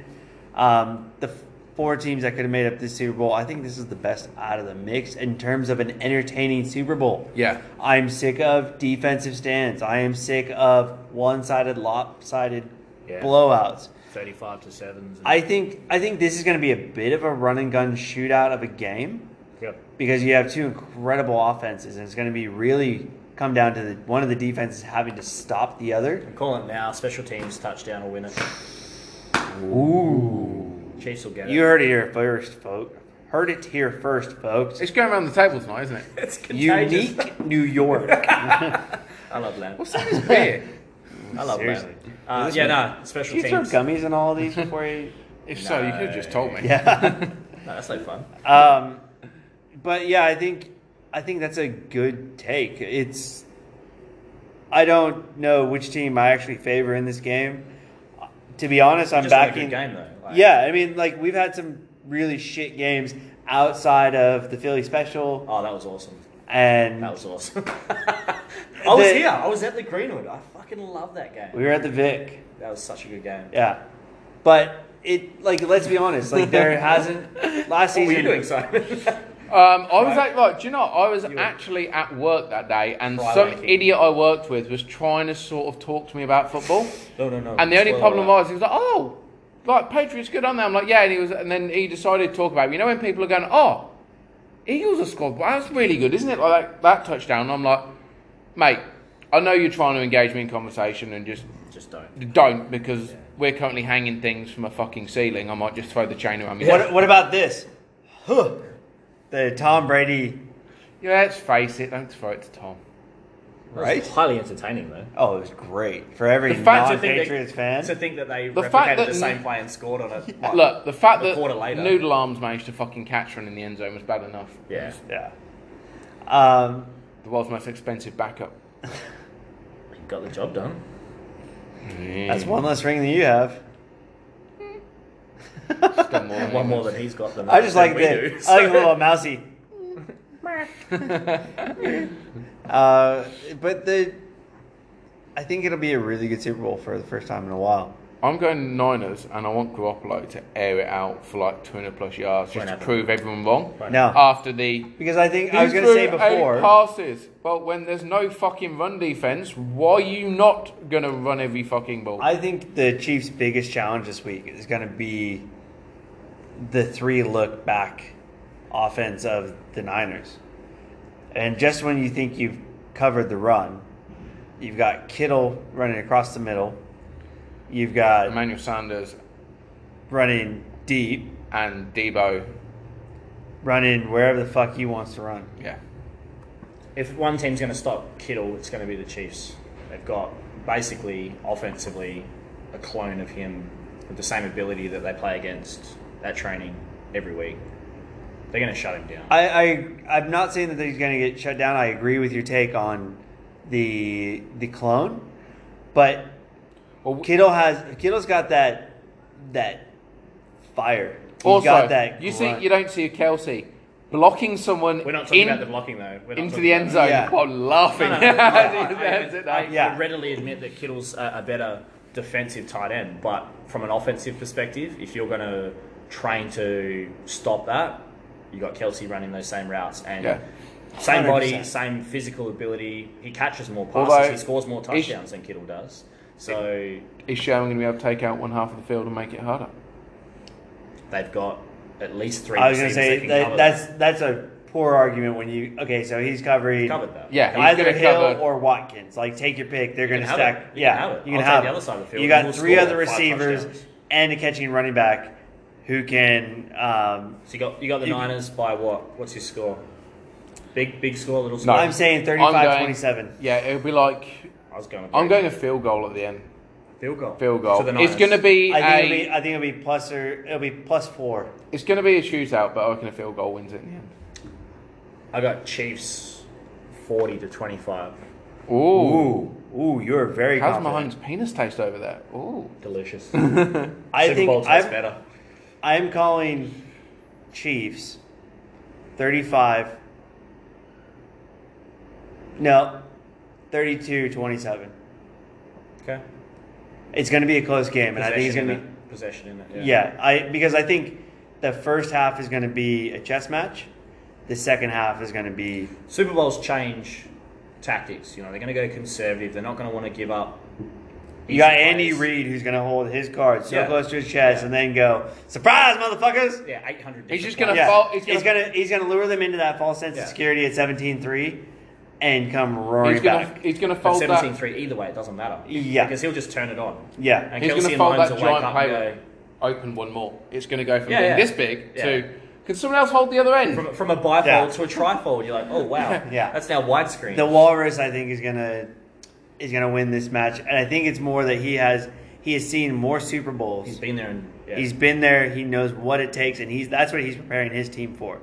Speaker 1: um, the f- four teams that could have made up this Super Bowl, I think this is the best out of the mix in terms of an entertaining Super Bowl.
Speaker 2: Yeah.
Speaker 1: I'm sick of defensive stands. I am sick of one sided, lopsided
Speaker 3: Yeah.
Speaker 1: blowouts.
Speaker 3: 35 to 7s.
Speaker 1: I think I think this is going to be a bit of a run and gun shootout of a game
Speaker 3: Yep.
Speaker 1: because you have two incredible offenses, and it's going to be really come down to the, one of the defenses having to stop the other.
Speaker 3: I'm calling it now. Special teams touchdown will win it.
Speaker 1: Ooh,
Speaker 3: Chiefs will get
Speaker 1: you
Speaker 3: it.
Speaker 1: heard it here first, folks. Heard it here first, folks.
Speaker 2: It's going around the table tonight, isn't it?
Speaker 3: It's contagious.
Speaker 1: Unique New York.
Speaker 3: I love Lamb.
Speaker 2: What's in this beer?
Speaker 3: I love
Speaker 1: Seriously.
Speaker 3: Lamb. Uh, yeah, no. Special
Speaker 1: Do you throw
Speaker 3: teams.
Speaker 1: gummies in all of these before you?
Speaker 2: If so, you could have just told me.
Speaker 1: Yeah.
Speaker 3: No, that's no fun.
Speaker 1: Um, but yeah, I think I think that's a good take. It's I don't know which team I actually favor in this game. To be honest, I'm
Speaker 3: Just not a
Speaker 1: backing.
Speaker 3: good game though. Like,
Speaker 1: Yeah, I mean, like we've had some really shit games outside of the Philly special,
Speaker 3: Oh, that was awesome.
Speaker 1: and
Speaker 3: That was awesome. I was
Speaker 1: The-
Speaker 3: here. I was at the Greenwood. I fucking love that game.
Speaker 1: we were at the Vic.
Speaker 3: That was such a good game.
Speaker 1: Yeah, but it like let's be honest, like there hasn't last
Speaker 3: What
Speaker 1: season.
Speaker 3: were you doing, Simon?
Speaker 2: Um, I was like, right, do you know, I was actually at work that day and
Speaker 3: Fly
Speaker 2: some
Speaker 3: waking.
Speaker 2: idiot I worked with was trying to sort of talk to me about football.
Speaker 3: no, no, no.
Speaker 2: And the only
Speaker 3: Spoiler
Speaker 2: problem
Speaker 3: alert.
Speaker 2: was, he was like, oh, like, Patriots good on there. I'm like, yeah. And he was, and then he decided to talk about, it. you know, when people are going, oh, Eagles are scored, well, that's really good, isn't it? Like that, that touchdown. I'm like, mate, I know you're trying to engage me in conversation and just
Speaker 3: Just don't.
Speaker 2: don't because we're currently hanging things from a fucking ceiling. I might just throw the chain around me.
Speaker 1: What What about this? Huh. The Tom Brady,
Speaker 2: Yeah, let's face it, don't throw it to Tom.
Speaker 1: right?
Speaker 3: Highly entertaining though.
Speaker 1: Oh, it was great for every
Speaker 2: The fact-
Speaker 1: non
Speaker 2: to
Speaker 3: think they-
Speaker 1: Patriots fan.
Speaker 3: To think that they
Speaker 2: The
Speaker 3: replicated
Speaker 2: fact that-
Speaker 3: the same play and scored on it. like-
Speaker 2: Look, the fact
Speaker 3: A
Speaker 2: that
Speaker 3: quarter later.
Speaker 2: Noodle Arms managed to fucking catch one in the end zone was bad enough.
Speaker 3: Yeah.
Speaker 1: Yeah. Um,
Speaker 2: The world's most expensive backup.
Speaker 3: He got the job done.
Speaker 2: Mm.
Speaker 1: that's one less ring than you have.
Speaker 2: Just done more than
Speaker 3: One more
Speaker 2: England.
Speaker 3: than he's got. Than
Speaker 1: I just
Speaker 3: than
Speaker 1: like
Speaker 3: we do,
Speaker 1: that.
Speaker 3: so-
Speaker 1: I like a little mousy. uh, but the, I think it'll be a really good Super Bowl for the first time in a while.
Speaker 2: I'm going Niners, and I want Garoppolo to air it out for like 200 plus yards just
Speaker 3: Won't
Speaker 2: to
Speaker 3: happen.
Speaker 2: prove everyone wrong.
Speaker 3: Right.
Speaker 1: No,
Speaker 2: After the.
Speaker 1: because I think I was
Speaker 2: He
Speaker 1: going to say
Speaker 2: threw eight
Speaker 1: before.
Speaker 2: passes. Well, when there's no fucking run defense, why are you not going to run every fucking ball?
Speaker 1: I think the Chiefs' biggest challenge this week is going to be the three look back offense of the Niners. And just when you think you've covered the run, you've got Kittle running across the middle. You've got
Speaker 2: Emmanuel Sanders
Speaker 1: running deep,
Speaker 2: and Debo.
Speaker 1: running wherever the fuck he wants to run.
Speaker 2: Yeah.
Speaker 3: If one team's going to stop Kittle, it's going to be the Chiefs. They've got basically offensively a clone of him with the same ability that they play against at training every week. They're going to shut him down.
Speaker 1: I, I I'm not saying that he's going to get shut down. I agree with your take on the the clone, but
Speaker 2: Well,
Speaker 1: Kittle has Kittle's got that that fire. He's
Speaker 2: also,
Speaker 1: got that
Speaker 2: you see,
Speaker 1: grunt.
Speaker 2: you don't see Kelsey blocking someone
Speaker 3: We're not talking
Speaker 2: in,
Speaker 3: about the blocking though. We're not
Speaker 2: into
Speaker 3: talking
Speaker 2: the
Speaker 3: about
Speaker 2: end
Speaker 3: that.
Speaker 2: zone
Speaker 1: Yeah.
Speaker 2: while laughing.
Speaker 3: No, no, no, no, I,
Speaker 2: That's
Speaker 3: would,
Speaker 2: it,
Speaker 3: I
Speaker 2: no.
Speaker 1: Yeah.
Speaker 3: would readily admit that Kittle's a, a better defensive tight end, but from an offensive perspective, if you're going to train to stop that, you got Kelsey running those same routes and
Speaker 2: Yeah.
Speaker 3: same body,
Speaker 1: 100%.
Speaker 3: same physical ability. He catches more passes,
Speaker 2: Although-
Speaker 3: he scores more
Speaker 2: Ish-
Speaker 3: touchdowns than Kittle does. So
Speaker 2: Is Sherman going to be able to take out one half of the field and make it harder?
Speaker 3: they've got at least three.
Speaker 1: I was gonna say
Speaker 3: receivers that can
Speaker 1: that,
Speaker 3: cover
Speaker 1: that's that's a poor argument when you okay. So he's covering
Speaker 3: covered that.
Speaker 2: Yeah, he's
Speaker 1: either
Speaker 2: gonna
Speaker 1: Hill
Speaker 2: cover-
Speaker 1: or Watkins. Like take your pick. They're going to
Speaker 3: can have
Speaker 1: stack.
Speaker 3: it. You
Speaker 1: yeah,
Speaker 3: can have it.
Speaker 1: you can
Speaker 3: I'll
Speaker 1: have
Speaker 3: take the
Speaker 1: it.
Speaker 3: other side of the field
Speaker 1: You got
Speaker 3: and we'll
Speaker 1: three
Speaker 3: score
Speaker 1: other
Speaker 3: five
Speaker 1: receivers
Speaker 3: touchdowns.
Speaker 1: and a catching running back who can. Um,
Speaker 3: So you got you got the
Speaker 1: You-
Speaker 3: Niners by what? What's your score? Big big score, little
Speaker 2: No.
Speaker 3: score.
Speaker 1: I'm saying
Speaker 2: I'm
Speaker 1: 35-27.
Speaker 2: Yeah, it'll be like
Speaker 3: I was going.
Speaker 2: I'm going a field goal at the end.
Speaker 3: field goal.
Speaker 2: Field goal.
Speaker 3: To the
Speaker 2: it's
Speaker 3: Niners.
Speaker 2: going to be
Speaker 1: I think
Speaker 2: a
Speaker 1: it'll be. I think it'll be plus or it'll be plus four.
Speaker 2: it's going to be a shootout, but I reckon a field goal wins it in the end.
Speaker 3: I got Chiefs forty to twenty five.
Speaker 2: Ooh,
Speaker 1: ooh, you're very.
Speaker 2: how's
Speaker 1: confident.
Speaker 2: Mahomes' penis taste over there? Ooh,
Speaker 3: Delicious.
Speaker 1: I
Speaker 3: Super Bowl
Speaker 1: think
Speaker 3: tastes
Speaker 1: I'm,
Speaker 3: better.
Speaker 1: I'm calling Chiefs 35. No, 32 27.
Speaker 3: Okay.
Speaker 1: It's going to be a close game, and I think it's
Speaker 3: Possession
Speaker 1: going to
Speaker 3: in it.
Speaker 1: be.
Speaker 3: Possession in it.
Speaker 1: Yeah, I because I think the first half is going to be a chess match. The second half is going to be
Speaker 3: Super Bowls change tactics. You know they're going to go conservative. They're not going to want to give up.
Speaker 1: you got
Speaker 3: easy
Speaker 1: Andy
Speaker 3: plays.
Speaker 1: Reid who's going to hold his card so
Speaker 3: Yeah.
Speaker 1: close to his chest
Speaker 3: Yeah.
Speaker 1: and then go surprise motherfuckers.
Speaker 3: Yeah, eight hundred.
Speaker 2: He's just gonna-
Speaker 1: Yeah,
Speaker 2: fall- he's
Speaker 1: he's,
Speaker 2: gonna-
Speaker 1: gonna, he's gonna lure them into that false sense
Speaker 3: Yeah.
Speaker 1: of security at 17-3 and come roaring
Speaker 2: he's going
Speaker 1: back.
Speaker 2: to he's going to
Speaker 3: But
Speaker 2: fold that
Speaker 3: 17-3, either way, it doesn't matter.
Speaker 1: Yeah.
Speaker 3: Because he'll just turn it on.
Speaker 1: Yeah.
Speaker 3: And
Speaker 2: He's going
Speaker 3: Kelsey
Speaker 2: to
Speaker 3: and
Speaker 2: fold
Speaker 3: Mahomes
Speaker 2: that
Speaker 3: will wake
Speaker 2: giant
Speaker 3: up and
Speaker 2: play
Speaker 3: go,
Speaker 2: open one more. It's going to go from
Speaker 3: Yeah,
Speaker 2: being
Speaker 3: yeah.
Speaker 2: this big
Speaker 3: Yeah.
Speaker 2: to can someone else hold the other end?
Speaker 3: From, from a bifold
Speaker 1: Yeah.
Speaker 3: to a trifold, you're like, oh wow,
Speaker 1: Yeah.
Speaker 3: that's now widescreen.
Speaker 1: The Walrus, I think, is gonna is gonna win this match, and I think it's more that he has he has seen more Super Bowls.
Speaker 3: He's been there and yeah.
Speaker 1: He's been there. He knows what it takes, and he's that's what he's preparing his team for.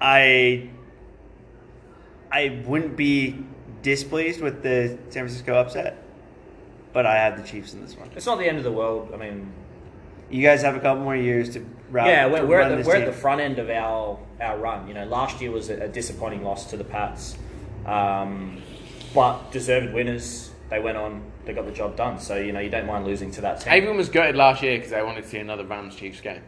Speaker 1: I I wouldn't be displeased with the San Francisco upset, but I have the Chiefs in this one.
Speaker 3: it's not the end of the world. I mean,
Speaker 1: You guys have a couple more years to route.
Speaker 3: yeah,
Speaker 1: to
Speaker 3: we're, we're,
Speaker 1: run
Speaker 3: at the,
Speaker 1: this
Speaker 3: we're at
Speaker 1: team.
Speaker 3: the front end of our our run. You know, last year was a, a disappointing loss to the Pats, um, but deserved winners. They went on, they got the job done. So you know, you don't mind losing to that team.
Speaker 2: Everyone was gutted last year because they wanted to see another Rams Chiefs game.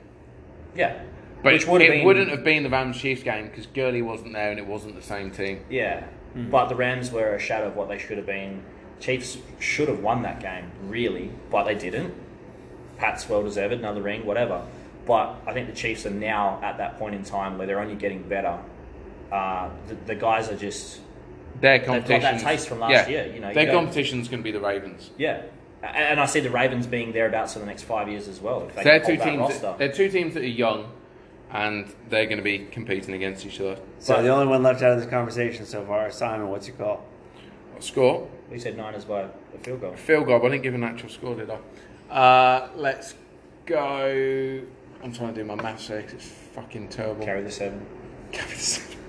Speaker 3: yeah,
Speaker 2: But
Speaker 3: Which
Speaker 2: it
Speaker 3: would've been-
Speaker 2: wouldn't have been the Rams Chiefs game because Gurley wasn't there and it wasn't the same team.
Speaker 3: Yeah,
Speaker 2: Hmm.
Speaker 3: but the Rams were a shadow of what they should have been. Chiefs should have won that game, really, but they didn't. Pats well deserved it, another ring, whatever. But I think the Chiefs are now at that point in time where they're only getting better. Uh, the, the guys are just
Speaker 2: Their
Speaker 3: got that
Speaker 2: competition.
Speaker 3: taste from last year, you know, you
Speaker 2: their
Speaker 3: don't-
Speaker 2: competition's going to be the Ravens.
Speaker 3: yeah, A- and I see the Ravens being thereabouts for the next five years as well. If they
Speaker 2: They're
Speaker 3: can
Speaker 2: two
Speaker 3: hold that
Speaker 2: teams.
Speaker 3: roster.
Speaker 2: They're two teams that are young, and they're going to be competing against each other.
Speaker 1: so the only one left out of this conversation so far, is Simon. What's your call?
Speaker 2: Score
Speaker 3: we said Niners by a field goal.
Speaker 2: field goal. but I didn't give an actual score, did I? Uh, let's go. I'm trying to do my maths here 'cause it's fucking terrible.
Speaker 3: Carry the seven,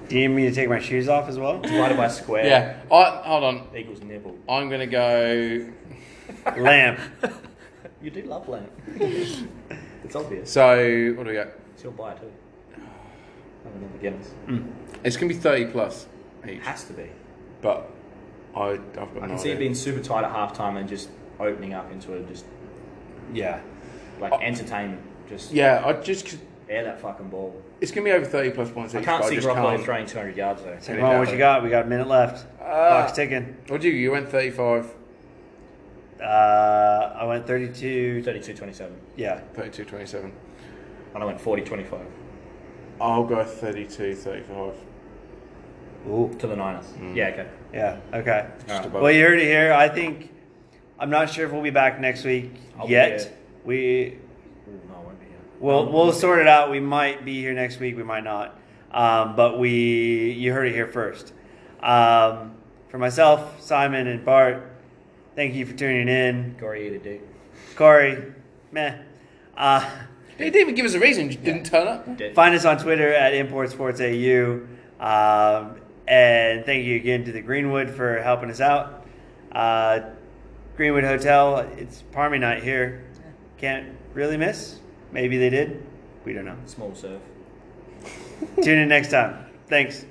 Speaker 1: Do you need me to take my shoes off as well?
Speaker 3: divided by square.
Speaker 2: yeah. I, hold on.
Speaker 3: Eagles nibble.
Speaker 2: I'm going to go.
Speaker 1: Lamb.
Speaker 3: You do love lamp. it's obvious.
Speaker 2: So what do we got?
Speaker 3: It's your buy too. I'm in the Guinness.
Speaker 2: It's going to be 30 plus each,
Speaker 3: It has to be.
Speaker 2: Oh, but I, I've got no
Speaker 3: I can see it
Speaker 2: idea.
Speaker 3: being super tight at halftime and just opening up into a just
Speaker 1: Yeah.
Speaker 3: like
Speaker 2: Oh.
Speaker 3: entertainment. Just
Speaker 2: Yeah, I just
Speaker 3: air that fucking ball.
Speaker 2: it's gonna be over thirty plus points.
Speaker 3: I
Speaker 2: each,
Speaker 3: can't
Speaker 2: but
Speaker 3: see
Speaker 2: just
Speaker 3: Garoppolo
Speaker 2: can't.
Speaker 3: throwing 200 yards though.
Speaker 1: Come on, what you got? We got a minute left.
Speaker 3: Uh,
Speaker 1: Clock's ticking.
Speaker 2: What'd you? You went thirty-five.
Speaker 1: Uh, I went 32.
Speaker 3: 32 27.
Speaker 1: Yeah.
Speaker 2: 32 27.
Speaker 3: And I went 40 25
Speaker 2: I'll go 32 35.
Speaker 1: Ooh.
Speaker 3: to the Niners.
Speaker 2: Mm.
Speaker 3: Yeah, okay.
Speaker 1: Yeah. Okay.
Speaker 3: Alright.
Speaker 2: about-
Speaker 1: Well, you heard it here. I think I'm not sure if we'll be back next week
Speaker 3: I'll be
Speaker 1: yet.
Speaker 3: here. Um,
Speaker 1: We
Speaker 3: No, I won't be here.
Speaker 1: we'll we'll sort it out. We might be here next week. We might not. Um, but we you heard it here first. Um, for myself, Simon, and Bart, thank you for tuning in.
Speaker 3: Gory eat a dick.
Speaker 1: Corey, meh. Uh,
Speaker 2: He didn't even give us a reason. He just didn't turn up.
Speaker 3: Dead.
Speaker 1: Find us on Twitter at Import Sports AU. Um, and thank you again to the Greenwood for helping us out. Uh, Greenwood Hotel, it's Parmy night here. Can't really miss. Maybe they did. We don't know.
Speaker 3: Small serve.
Speaker 1: Tune in next time. Thanks.